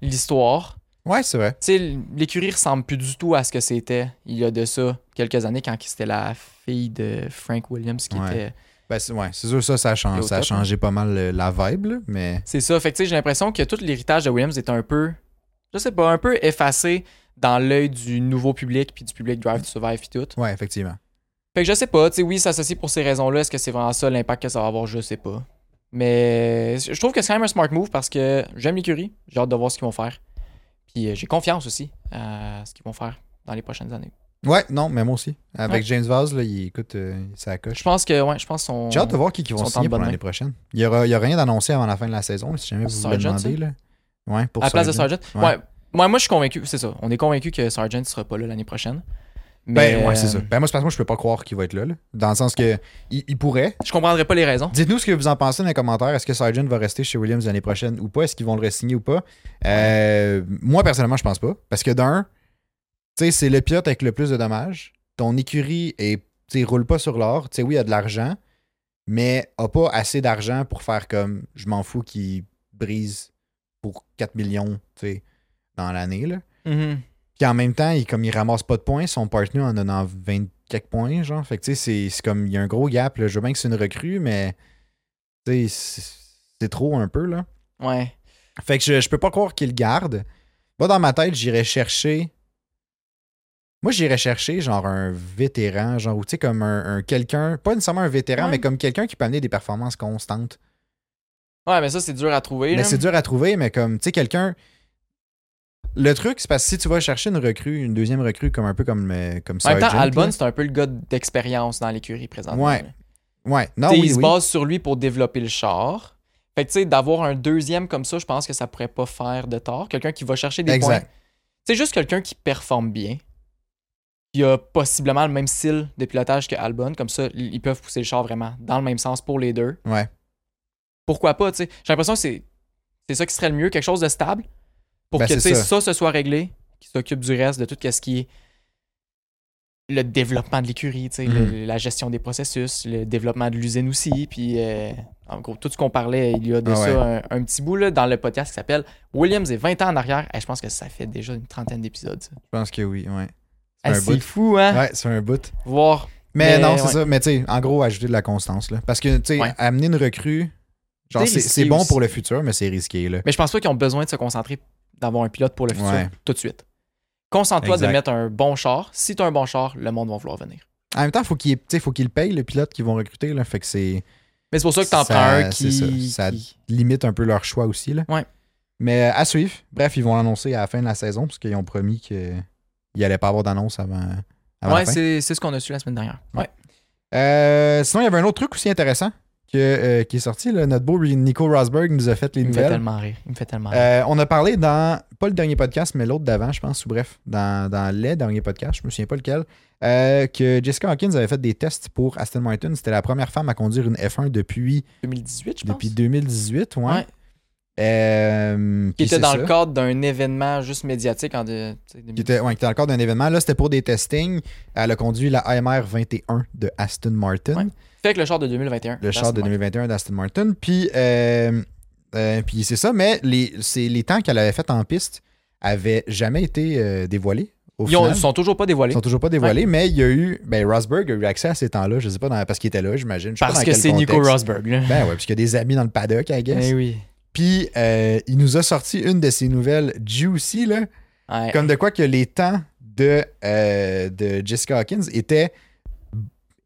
l'histoire. Ouais, c'est vrai. Tu sais, l'écurie ressemble plus du tout à ce que c'était il y a de ça quelques années quand c'était la fille de Frank Williams qui Ouais. était. Ben, c'est ouais, c'est sûr, ça, ça a, changé, Et au ça a top, hein. changé pas mal euh, la vibe, là, mais. C'est ça. Fait que tu sais, j'ai l'impression que tout l'héritage de Williams est un peu, je sais pas, un peu effacé dans l'œil du nouveau public puis du public Drive to Survive et tout. Ouais, effectivement. Fait que je sais pas, tu sais, oui, s'associer pour ces raisons-là, est-ce que c'est vraiment ça l'impact que ça va avoir, je sais pas. Mais je trouve que c'est quand même un smart move parce que j'aime l'écurie, j'ai hâte de voir ce qu'ils vont faire. Puis euh, j'ai confiance aussi à ce qu'ils vont faire dans les prochaines années. Ouais, non, mais moi aussi. Avec Ouais. James Vaz, là, il écoute, euh, ça coche. Je pense que, ouais, je pense qu'on. J'ai hâte de voir qui, qui vont sont en signer pour bonne l'année main. prochaine. Il y aura, il y aura rien d'annoncé avant la fin de la saison, si jamais vous vous le Sargent, demandez. Là. Ouais, pour à la place de Sargent. Sargent. Ouais. Ouais. Moi, moi, je suis convaincu, c'est ça. On est convaincu que Sargent ne sera pas là l'année prochaine. Ben, Mais, ouais, c'est ça. euh, Ben, moi, c'est parce que moi, je peux pas croire qu'il va être là, là. Dans le sens que il, il pourrait. Je comprendrais pas les raisons. Dites-nous ce que vous en pensez dans les commentaires. Est-ce que Sargent va rester chez Williams l'année prochaine ou pas? Est-ce qu'ils vont le re-signer ou pas? Euh, Moi, personnellement, je pense pas. Parce que d'un, tu sais, c'est le pilote avec le plus de dommages. Ton écurie est, tu sais, roule pas sur l'or. Tu sais, oui, il a de l'argent, mais a pas assez d'argent pour faire comme je m'en fous qu'il brise pour 4 millions, tu sais, dans l'année, là. Mhm. Puis en même temps, il, comme il ramasse pas de points, son partner en donne en 20 quelques points, genre. Fait que tu sais, c'est- c'est comme il y a un gros gap. Là. Je veux bien que c'est une recrue, mais tu sais, c'est c'est trop un peu, là. Ouais. Fait que je, je peux pas croire qu'il le garde. Moi, dans ma tête, j'irais chercher. Moi, j'irais chercher genre un vétéran, genre, ou tu sais, comme un, un quelqu'un, pas nécessairement un vétéran, Ouais. mais comme quelqu'un qui peut amener des performances constantes. Ouais, mais ça, c'est dur à trouver. Mais là. c'est dur à trouver, mais comme, tu sais, quelqu'un. Le truc, c'est parce que si tu vas chercher une recrue, une deuxième recrue, comme un peu comme, euh, comme En même temps, Sargent, Albon, là. c'est un peu le gars d'expérience dans l'écurie présentement. Ouais. là. Ouais, non, Tu sais, oui, il se oui. base sur lui pour développer le char. Fait que, tu sais, d'avoir un deuxième comme ça, je pense que ça pourrait pas faire de tort. Quelqu'un qui va chercher des points. Exact. C'est juste quelqu'un qui performe bien. qui a possiblement le même style de pilotage que Albon. Comme ça, ils ils peuvent pousser le char vraiment dans le même sens pour les deux. Ouais. Pourquoi pas, tu sais. J'ai l'impression que c'est, c'est ça qui serait le mieux, quelque chose de stable. Pour Ben, que, c'est tu sais, ça. ça. se soit réglé, qu'il s'occupe du reste, de tout ce qui est le développement de l'écurie, tu sais, Mhm. le- la gestion des processus, le développement de l'usine aussi. Puis, euh, en gros, tout ce qu'on parlait il y a de Ah ça ouais. un, un petit bout là, dans le podcast qui s'appelle Williams est 20 ans en arrière. Eh, je pense que ça fait déjà une trentaine d'épisodes. ça. Je pense que oui, ouais. Eh, C'est un C'est bout. fou, hein? Ouais, c'est un bout. Voir. Mais Mais, non, c'est ouais. ça. Mais tu sais, en gros, ajouter de la constance. Là. Parce que, tu sais, Ouais. amener une recrue, genre, C'est c'est risqué c'est bon aussi. pour le futur, mais c'est risqué. Là. Mais je pense pas qu'ils ont besoin de se concentrer d'avoir un pilote pour le futur Ouais. tout de suite. Concentre-toi de Exact. mettre un bon char. Si tu as un bon char, le monde va vouloir venir. En même temps, faut qu'il tu sais, faut qu'il le paye, le pilote qu'ils vont recruter. Là. Fait que c'est Mais c'est pour ça que t'en Ça- prends un c'est qui. ça. Ça- qui- limite un peu leur choix aussi. Là. Ouais. Mais euh, à suivre. Bref, ils vont l'annoncer à la fin de la saison parce qu'ils ont promis qu'il n'allait pas avoir d'annonce avant, avant Ouais, la fin. c'est c'est ce qu'on a su la semaine dernière. Ouais. Ouais. Euh, sinon, il y avait un autre truc aussi intéressant que, euh, qui est sorti. là. Notre beau Nico Rosberg nous a fait les Il me fait nouvelles. tellement rire. Il me fait tellement rire. Euh, on a parlé dans, pas le dernier podcast, mais l'autre d'avant, je pense, ou bref, dans, dans les derniers podcasts, je me souviens pas lequel, euh, que Jessica Hawkins avait fait des tests pour Aston Martin. C'était la première femme à conduire une F1 depuis, 2018, je pense. depuis 2018. Ouais. Ouais. Euh, Qui puis était c'est dans ça. le cadre d'un événement juste médiatique en de, tu sais, Qui était, ouais, qui était dans le cadre d'un événement. Là, c'était pour des testings. Elle a conduit la AMR 21 de Aston Martin. Ouais. Fait que le char de 2021. le char de 2021 d'Aston Martin. Puis, euh, euh, puis c'est ça, mais les, c'est les temps qu'elle avait fait en piste avaient jamais été euh, dévoilés. Au Ils ont- final. ils sont toujours pas dévoilés. Ils sont toujours pas dévoilés, mais il y a eu. Ben, Rosberg a eu accès à ces temps-là, je sais pas, dans- parce qu'il était là, j'imagine. Je sais pas Parce dans que quel c'est Nico contexte. Rosberg. là. Ben ouais, parce qu'il y a des amis dans le paddock, I guess. Eh oui. Puis euh, il nous a sorti une de ses nouvelles juicy, là, Ouais. comme de quoi que les temps de, euh, de Jessica Hawkins étaient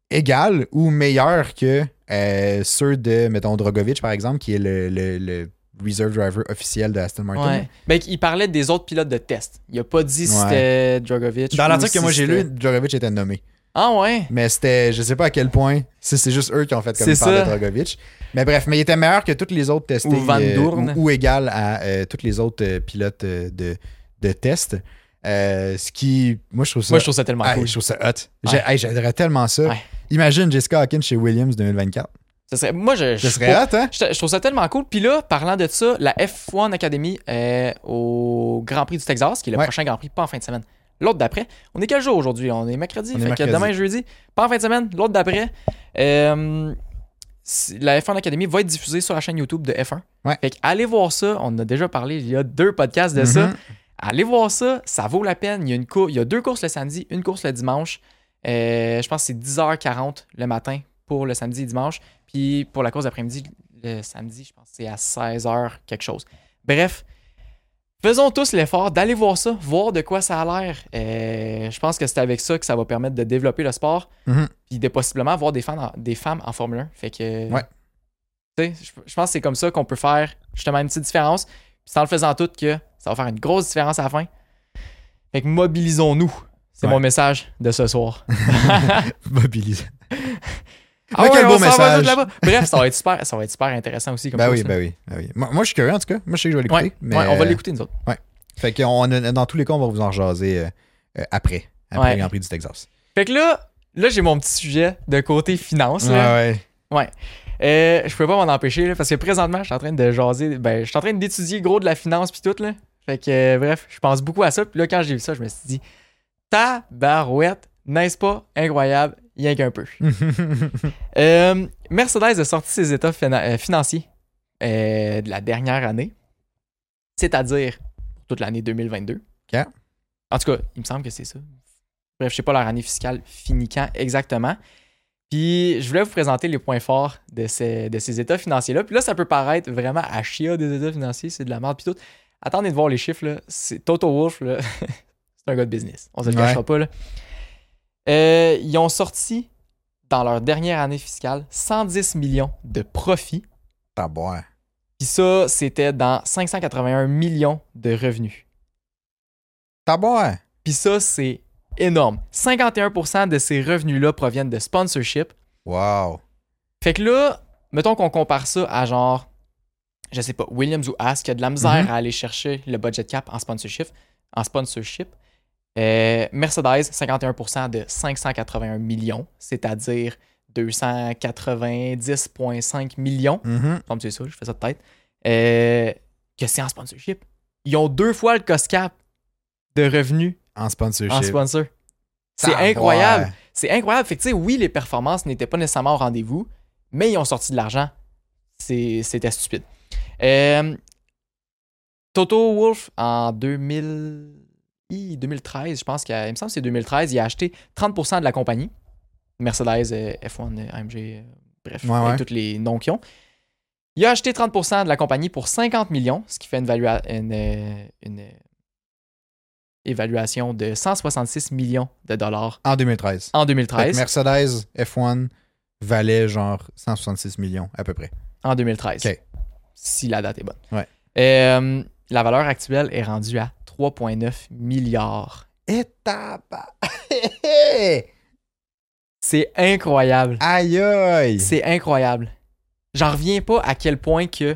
égales ou meilleurs que euh, ceux de, mettons, Drogovic, par exemple, qui est le, le- le reserve driver officiel de Aston Martin. Ouais. Ben, il parlait des autres pilotes de test. Il a pas dit si Ouais. c'était Drogovic. Dans ou l'article si que moi j'ai c'était- lu, Drogovic était nommé. Ah ouais. Mais c'était, je sais pas à quel point, si c'est juste eux qui ont fait comme C'est ils parlent de ça. Drogovic. Mais bref, mais il était meilleur que tous les autres testés. Ou Van euh, Doorn. ou, ou égal à euh, tous les autres euh, pilotes euh, de, de test. Euh, ce qui, moi je trouve ça Moi, je trouve ça tellement Ah, cool. Je trouve ça hot. J'ai- Ouais. hey, J'aimerais tellement ça. Ouais. Imagine Jessica Hawkins chez Williams 2024. Ça serait... Moi, je, Ce je, serait hot, hein? je t- je trouve ça tellement cool. Puis là, parlant de ça, la F1 Academy euh, au Grand Prix du Texas, qui est le Ouais. prochain Grand Prix, pas en fin de semaine. L'autre d'après. On est quel jour aujourd'hui? On est mercredi. On est fait mercredi. que demain, jeudi. Pas en fin de semaine. L'autre d'après. euh, c'est- la F1 Academy va être diffusée sur la chaîne YouTube de F1. Ouais. Fait que allez voir ça. On en a déjà parlé il y a deux podcasts de ça. Mhm. Allez voir ça, ça vaut la peine. Il y a, une cour- il y a deux courses le samedi, une course le dimanche. Euh, je pense que c'est 10h40 le matin pour le samedi et dimanche. Puis pour la course d'après-midi, le samedi, je pense que c'est à 16h quelque chose. Bref, faisons tous l'effort d'aller voir ça, voir de quoi ça a l'air. Euh, je pense que c'est avec ça que ça va permettre de développer le sport. Mhm. Puis de possiblement voir des, fans en- des femmes en Formule 1. Fait que. Ouais. Tu sais, je- je pense que c'est comme ça qu'on peut faire justement une petite différence. Puis c'est en le faisant tout que ça va faire une grosse différence à la fin. Fait que mobilisons-nous. C'est Ouais. mon message de ce soir. Mobilisé. Ah Ouais, quel beau on s'en va message. tout là-bas. Bref, ça va être super, ça va être super intéressant aussi comme Ben course, oui, là. ben oui, ben oui. Moi, moi, je suis curieux en tout cas. Moi, je sais que je vais l'écouter. Ouais, mais, ouais, on va euh, l'écouter nous autres. Fait que on a- dans tous les cas, on va vous en jaser euh, après. Après Ouais. le Grand Prix du Texas. Fait que là, là j'ai mon petit sujet de côté finance. là. Ah ouais. Euh, je peux pas m'en empêcher là, parce que présentement, je suis en train de jaser. Ben, je suis en train d'étudier gros de la finance puis tout là. Fait que euh, bref, je pense beaucoup à ça. Puis là, quand j'ai vu ça, je me suis dit, tabarouette, n'est-ce pas incroyable, rien qu'un peu. Ah Euh, Mercedes a sorti ses états fina- euh, financiers euh, de la dernière année, c'est-à-dire pour toute l'année 2022. Ok. En tout cas, il me semble que c'est ça. Bref, je sais pas leur année fiscale finit quand exactement. Puis, je voulais vous présenter les points forts de ces, de ces états financiers-là. Puis là, ça peut paraître vraiment à chia des états financiers, c'est de la merde. Puis tout. Attendez de voir les chiffres. Là. C'est Toto Wolf, là, c'est un gars de business. On se le Ouais. cachera pas. Là. Euh, ils ont sorti dans leur dernière année fiscale 110 millions de profits. T'as boire. Puis ça, c'était dans 581 millions de revenus. T'as boire. Puis ça, c'est énorme. 51% de ces revenus-là proviennent de sponsorship. Wow. Fait que là, mettons qu'on compare ça à genre, je sais pas, Williams ou Haas qui a de la misère Mhm. à aller chercher le budget cap en sponsorship. En sponsorship. Euh, Mercedes, 51% de 581 millions, c'est-à-dire 290,5 millions. Mhm. me c'est ça, je fais ça de tête. Euh, que c'est en sponsorship. Ils ont deux fois le cost cap de revenus En en sponsorship. sponsor. C'est Ah, incroyable. ouais. C'est incroyable. Fait que, tu sais, oui, les performances n'étaient pas nécessairement au rendez-vous, mais ils ont sorti de l'argent. C'est- C'était stupide. Euh, Toto Wolf, en 2000... hi, 2013, je pense qu'il a- il me semble que c'est 2013, il a acheté 30% de la compagnie. Mercedes, euh, F1, euh, AMG, euh, bref, Ouais, avec ouais. tous les noms qu'ils ont. Il a acheté 30% de la compagnie pour 50 millions, ce qui fait une, valua- une, euh, une, euh, évaluation de 166 millions de dollars En 2013. en Fait 2013. que Mercedes F1 valait genre 166 millions à peu près. En 2013. Ok. Si la date est bonne. Ouais. Euh, la valeur actuelle est rendue à 3,9 milliards. Et tabac! C'est incroyable. aïe aïe! C'est incroyable. J'en reviens pas à quel point que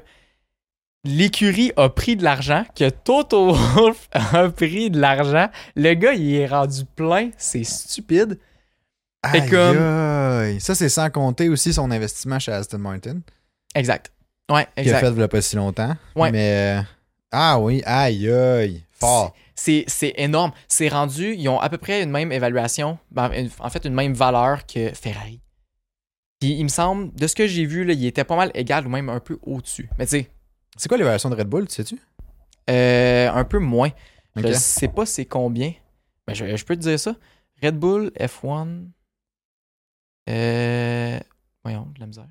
l'écurie a pris de l'argent, que Toto Wolff a pris de l'argent. Le gars, il est rendu plein. C'est stupide. fait Aïe comme- aïe. Ça, c'est sans compter aussi son investissement chez Aston Martin, Exact. Ouais, qu'il a exact. fait il y a pas si longtemps. Ouais. Mais, euh, ah oui, aïe aïe! Fort! C'est c'est énorme. C'est rendu, ils ont à peu près une même évaluation, ben, une- en fait, une même valeur que Ferrari. Puis il me semble, de ce que j'ai vu, là, il était pas mal égal ou même un peu au-dessus. Mais tu sais, C'est quoi l'évaluation de Red Bull, tu sais-tu? euh, un peu moins. Ok. Je sais pas c'est combien. Mais je, je peux te dire ça. Red Bull, F1. Euh, voyons, de la misère.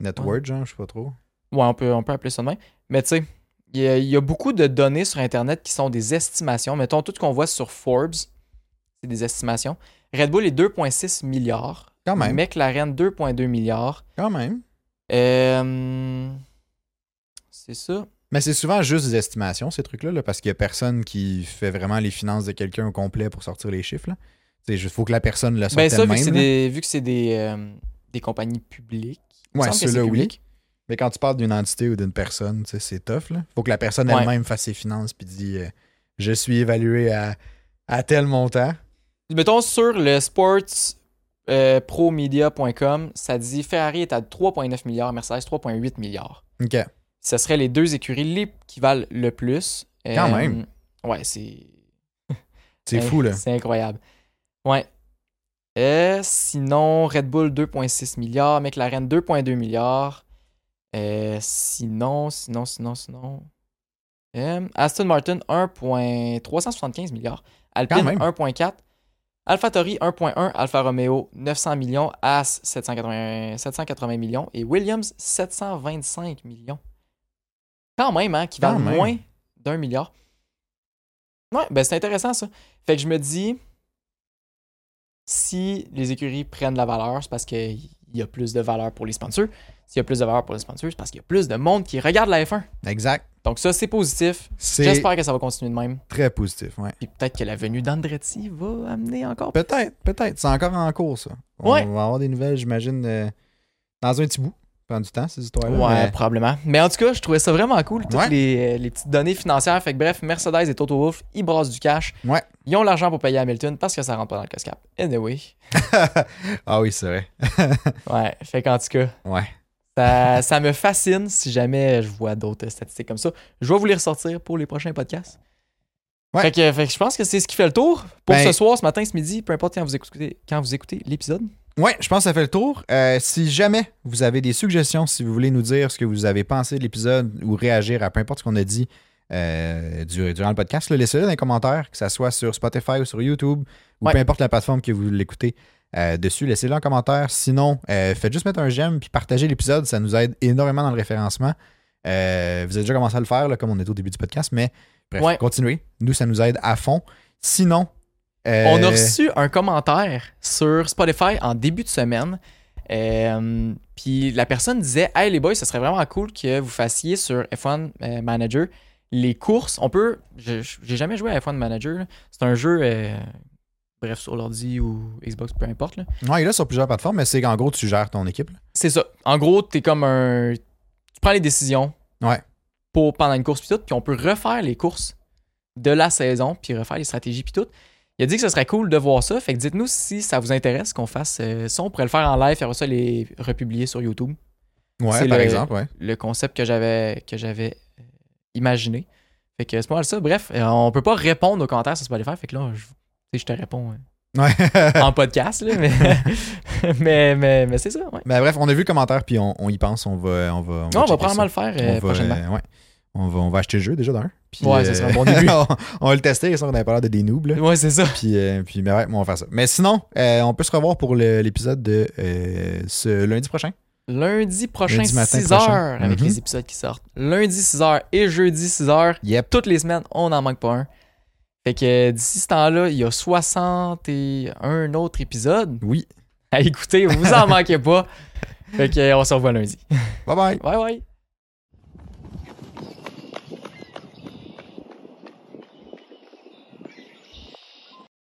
Net Ouais. worth, genre, je sais pas trop. Ouais, on peut, on peut appeler ça de même. Mais tu sais, il y, a- il y a beaucoup de données sur Internet qui sont des estimations. Mettons, tout ce qu'on voit sur Forbes, c'est des estimations. Red Bull est 2,6 milliards. Quand même. McLaren, 2,2 milliards. Quand même. Euh, c'est ça. Mais c'est souvent juste des estimations, ces trucs-là, là, parce qu'il n'y a personne qui fait vraiment les finances de quelqu'un au complet pour sortir les chiffres. là. Il faut que la personne le sorte Ben ça, vu que elle-même. c'est là. des, vu que c'est des, euh, des compagnies publiques. il me Ouais, semble que ceux-là, c'est oui. public. Mais quand tu parles d'une entité ou d'une personne, tu sais, c'est tough. Là. faut que la personne Ouais. elle-même fasse ses finances puis dit euh, Je suis évalué à, à tel montant. Mettons sur le euh, sportspromedia.com, ça dit Ferrari est à 3,9 milliards, Mercedes 3,8 milliards. OK. ce serait les deux écuries les- qui valent le plus. Euh, Quand même. Ouais, c'est. C'est Ben, fou, là. C'est incroyable. Ouais. Euh, sinon, Red Bull 2,6 milliards, McLaren 2,2 milliards. Euh, sinon, sinon, sinon, sinon. Euh, Aston Martin 1,375 milliards. Quand Alpine même. 1,4. AlphaTauri 1,1. Alfa Romeo 900 millions. As 780, 780 millions. Et Williams 725 millions. Quand même, hein, qui Quand valent même. moins d'un milliard. Ouais, ben c'est intéressant ça. Fait que je me dis, si les écuries prennent la valeur, c'est parce qu'il y a plus de valeur pour les sponsors. S'il y a plus de valeur pour les sponsors, c'est parce qu'il y a plus de monde qui regarde la F1. Exact. Donc ça, c'est positif. C'est J'espère que ça va continuer de même. très positif. Ouais. Puis peut-être que la venue d'Andretti va amener encore plus. Peut-être, peut-être. C'est encore en cours, ça. On Ouais. va avoir des nouvelles, j'imagine, euh, dans un petit bout. Ça prend du temps, ces histoires-là. Ouais, mais- probablement. Mais en tout cas, je trouvais ça vraiment cool, toutes Euh, Ouais. les, euh, les petites données financières. Fait que bref, Mercedes et Toto Wolff, ils brassent du cash. Ouais. Ils ont l'argent pour payer Hamilton parce que ça rentre pas dans le cascap. Anyway. ah oui, c'est vrai. Ouais, fait qu'en tout cas, Ouais. ça, ça me fascine si jamais je vois d'autres statistiques comme ça. Je vais vous les ressortir pour les prochains podcasts. Ouais. Fait, que, fait que je pense que c'est ce qui fait le tour pour Ben- ce soir, ce matin, ce midi, peu importe quand vous écoutez, quand vous écoutez l'épisode. Ouais, je pense que ça fait le tour. Euh, si jamais vous avez des suggestions, si vous voulez nous dire ce que vous avez pensé de l'épisode ou réagir à peu importe ce qu'on a dit euh, du- durant le podcast, là, laissez-le dans les commentaires, que ce soit sur Spotify ou sur YouTube ou Ouais. peu importe la plateforme que vous l'écoutez euh, dessus, laissez-le en commentaire. Sinon, euh, faites juste mettre un j'aime puis partagez l'épisode, ça nous aide énormément dans le référencement. Euh, vous avez déjà commencé à le faire, là, comme on est au début du podcast, mais bref, Ouais. continuez. Nous, ça nous aide à fond. Sinon, euh, On a reçu un commentaire sur Spotify en début de semaine. Euh, Puis la personne disait Hey les boys, ce serait vraiment cool que vous fassiez sur F1 euh, Manager les courses. On peut. je- je- J'ai jamais joué à F1 Manager. là. C'est un jeu, euh, bref, sur l'ordi ou Xbox, peu importe. là. Ouais, il est là sur plusieurs plateformes, mais c'est qu'en gros, tu gères ton équipe. là. C'est ça. En gros, t'es comme un. Tu prends les décisions. Ouais. Pour pendant une course puis tout, puis on peut refaire les courses de la saison, puis refaire les stratégies puis tout. Il a dit que ce serait cool de voir ça. Fait que dites-nous si ça vous intéresse qu'on fasse euh, ça. On pourrait le faire en live, faire ça les republier sur YouTube. Ouais, C'est par le- exemple, ouais. Le concept que j'avais que j'avais euh, imaginé. Fait que c'est pas mal ça. Bref, euh, on peut pas répondre aux commentaires sur Spotify. Fait que là, je, tu sais, je te réponds. euh, Ouais. en podcast, là, mais, mais, mais, mais c'est ça. Ouais. Mais bref, on a vu le commentaire, puis on, on y pense. On va, on Non, on va, va checker probablement ça. le faire euh, on va, prochainement. euh, ouais. on, va, on va acheter le jeu déjà d'un. Puis, Ouais, ça serait un bon euh, début. on, on va le tester, sinon on avait pas l'air de des noobs. là. Ouais, c'est ça. Puis, euh, puis mais ouais, on va faire ça. Mais sinon, euh, on peut se revoir pour le- l'épisode de euh, ce lundi prochain. Lundi prochain, Lundi matin 6h, prochain. avec Mhm. les épisodes qui sortent. Lundi 6h et jeudi 6h. Yep. Toutes les semaines, on n'en manque pas un. Fait que euh, d'ici ce temps-là, il y a 61 autres épisodes Oui. à écouter. Vous en manquez pas. Fait que euh, on se revoit lundi. Bye bye. Bye bye.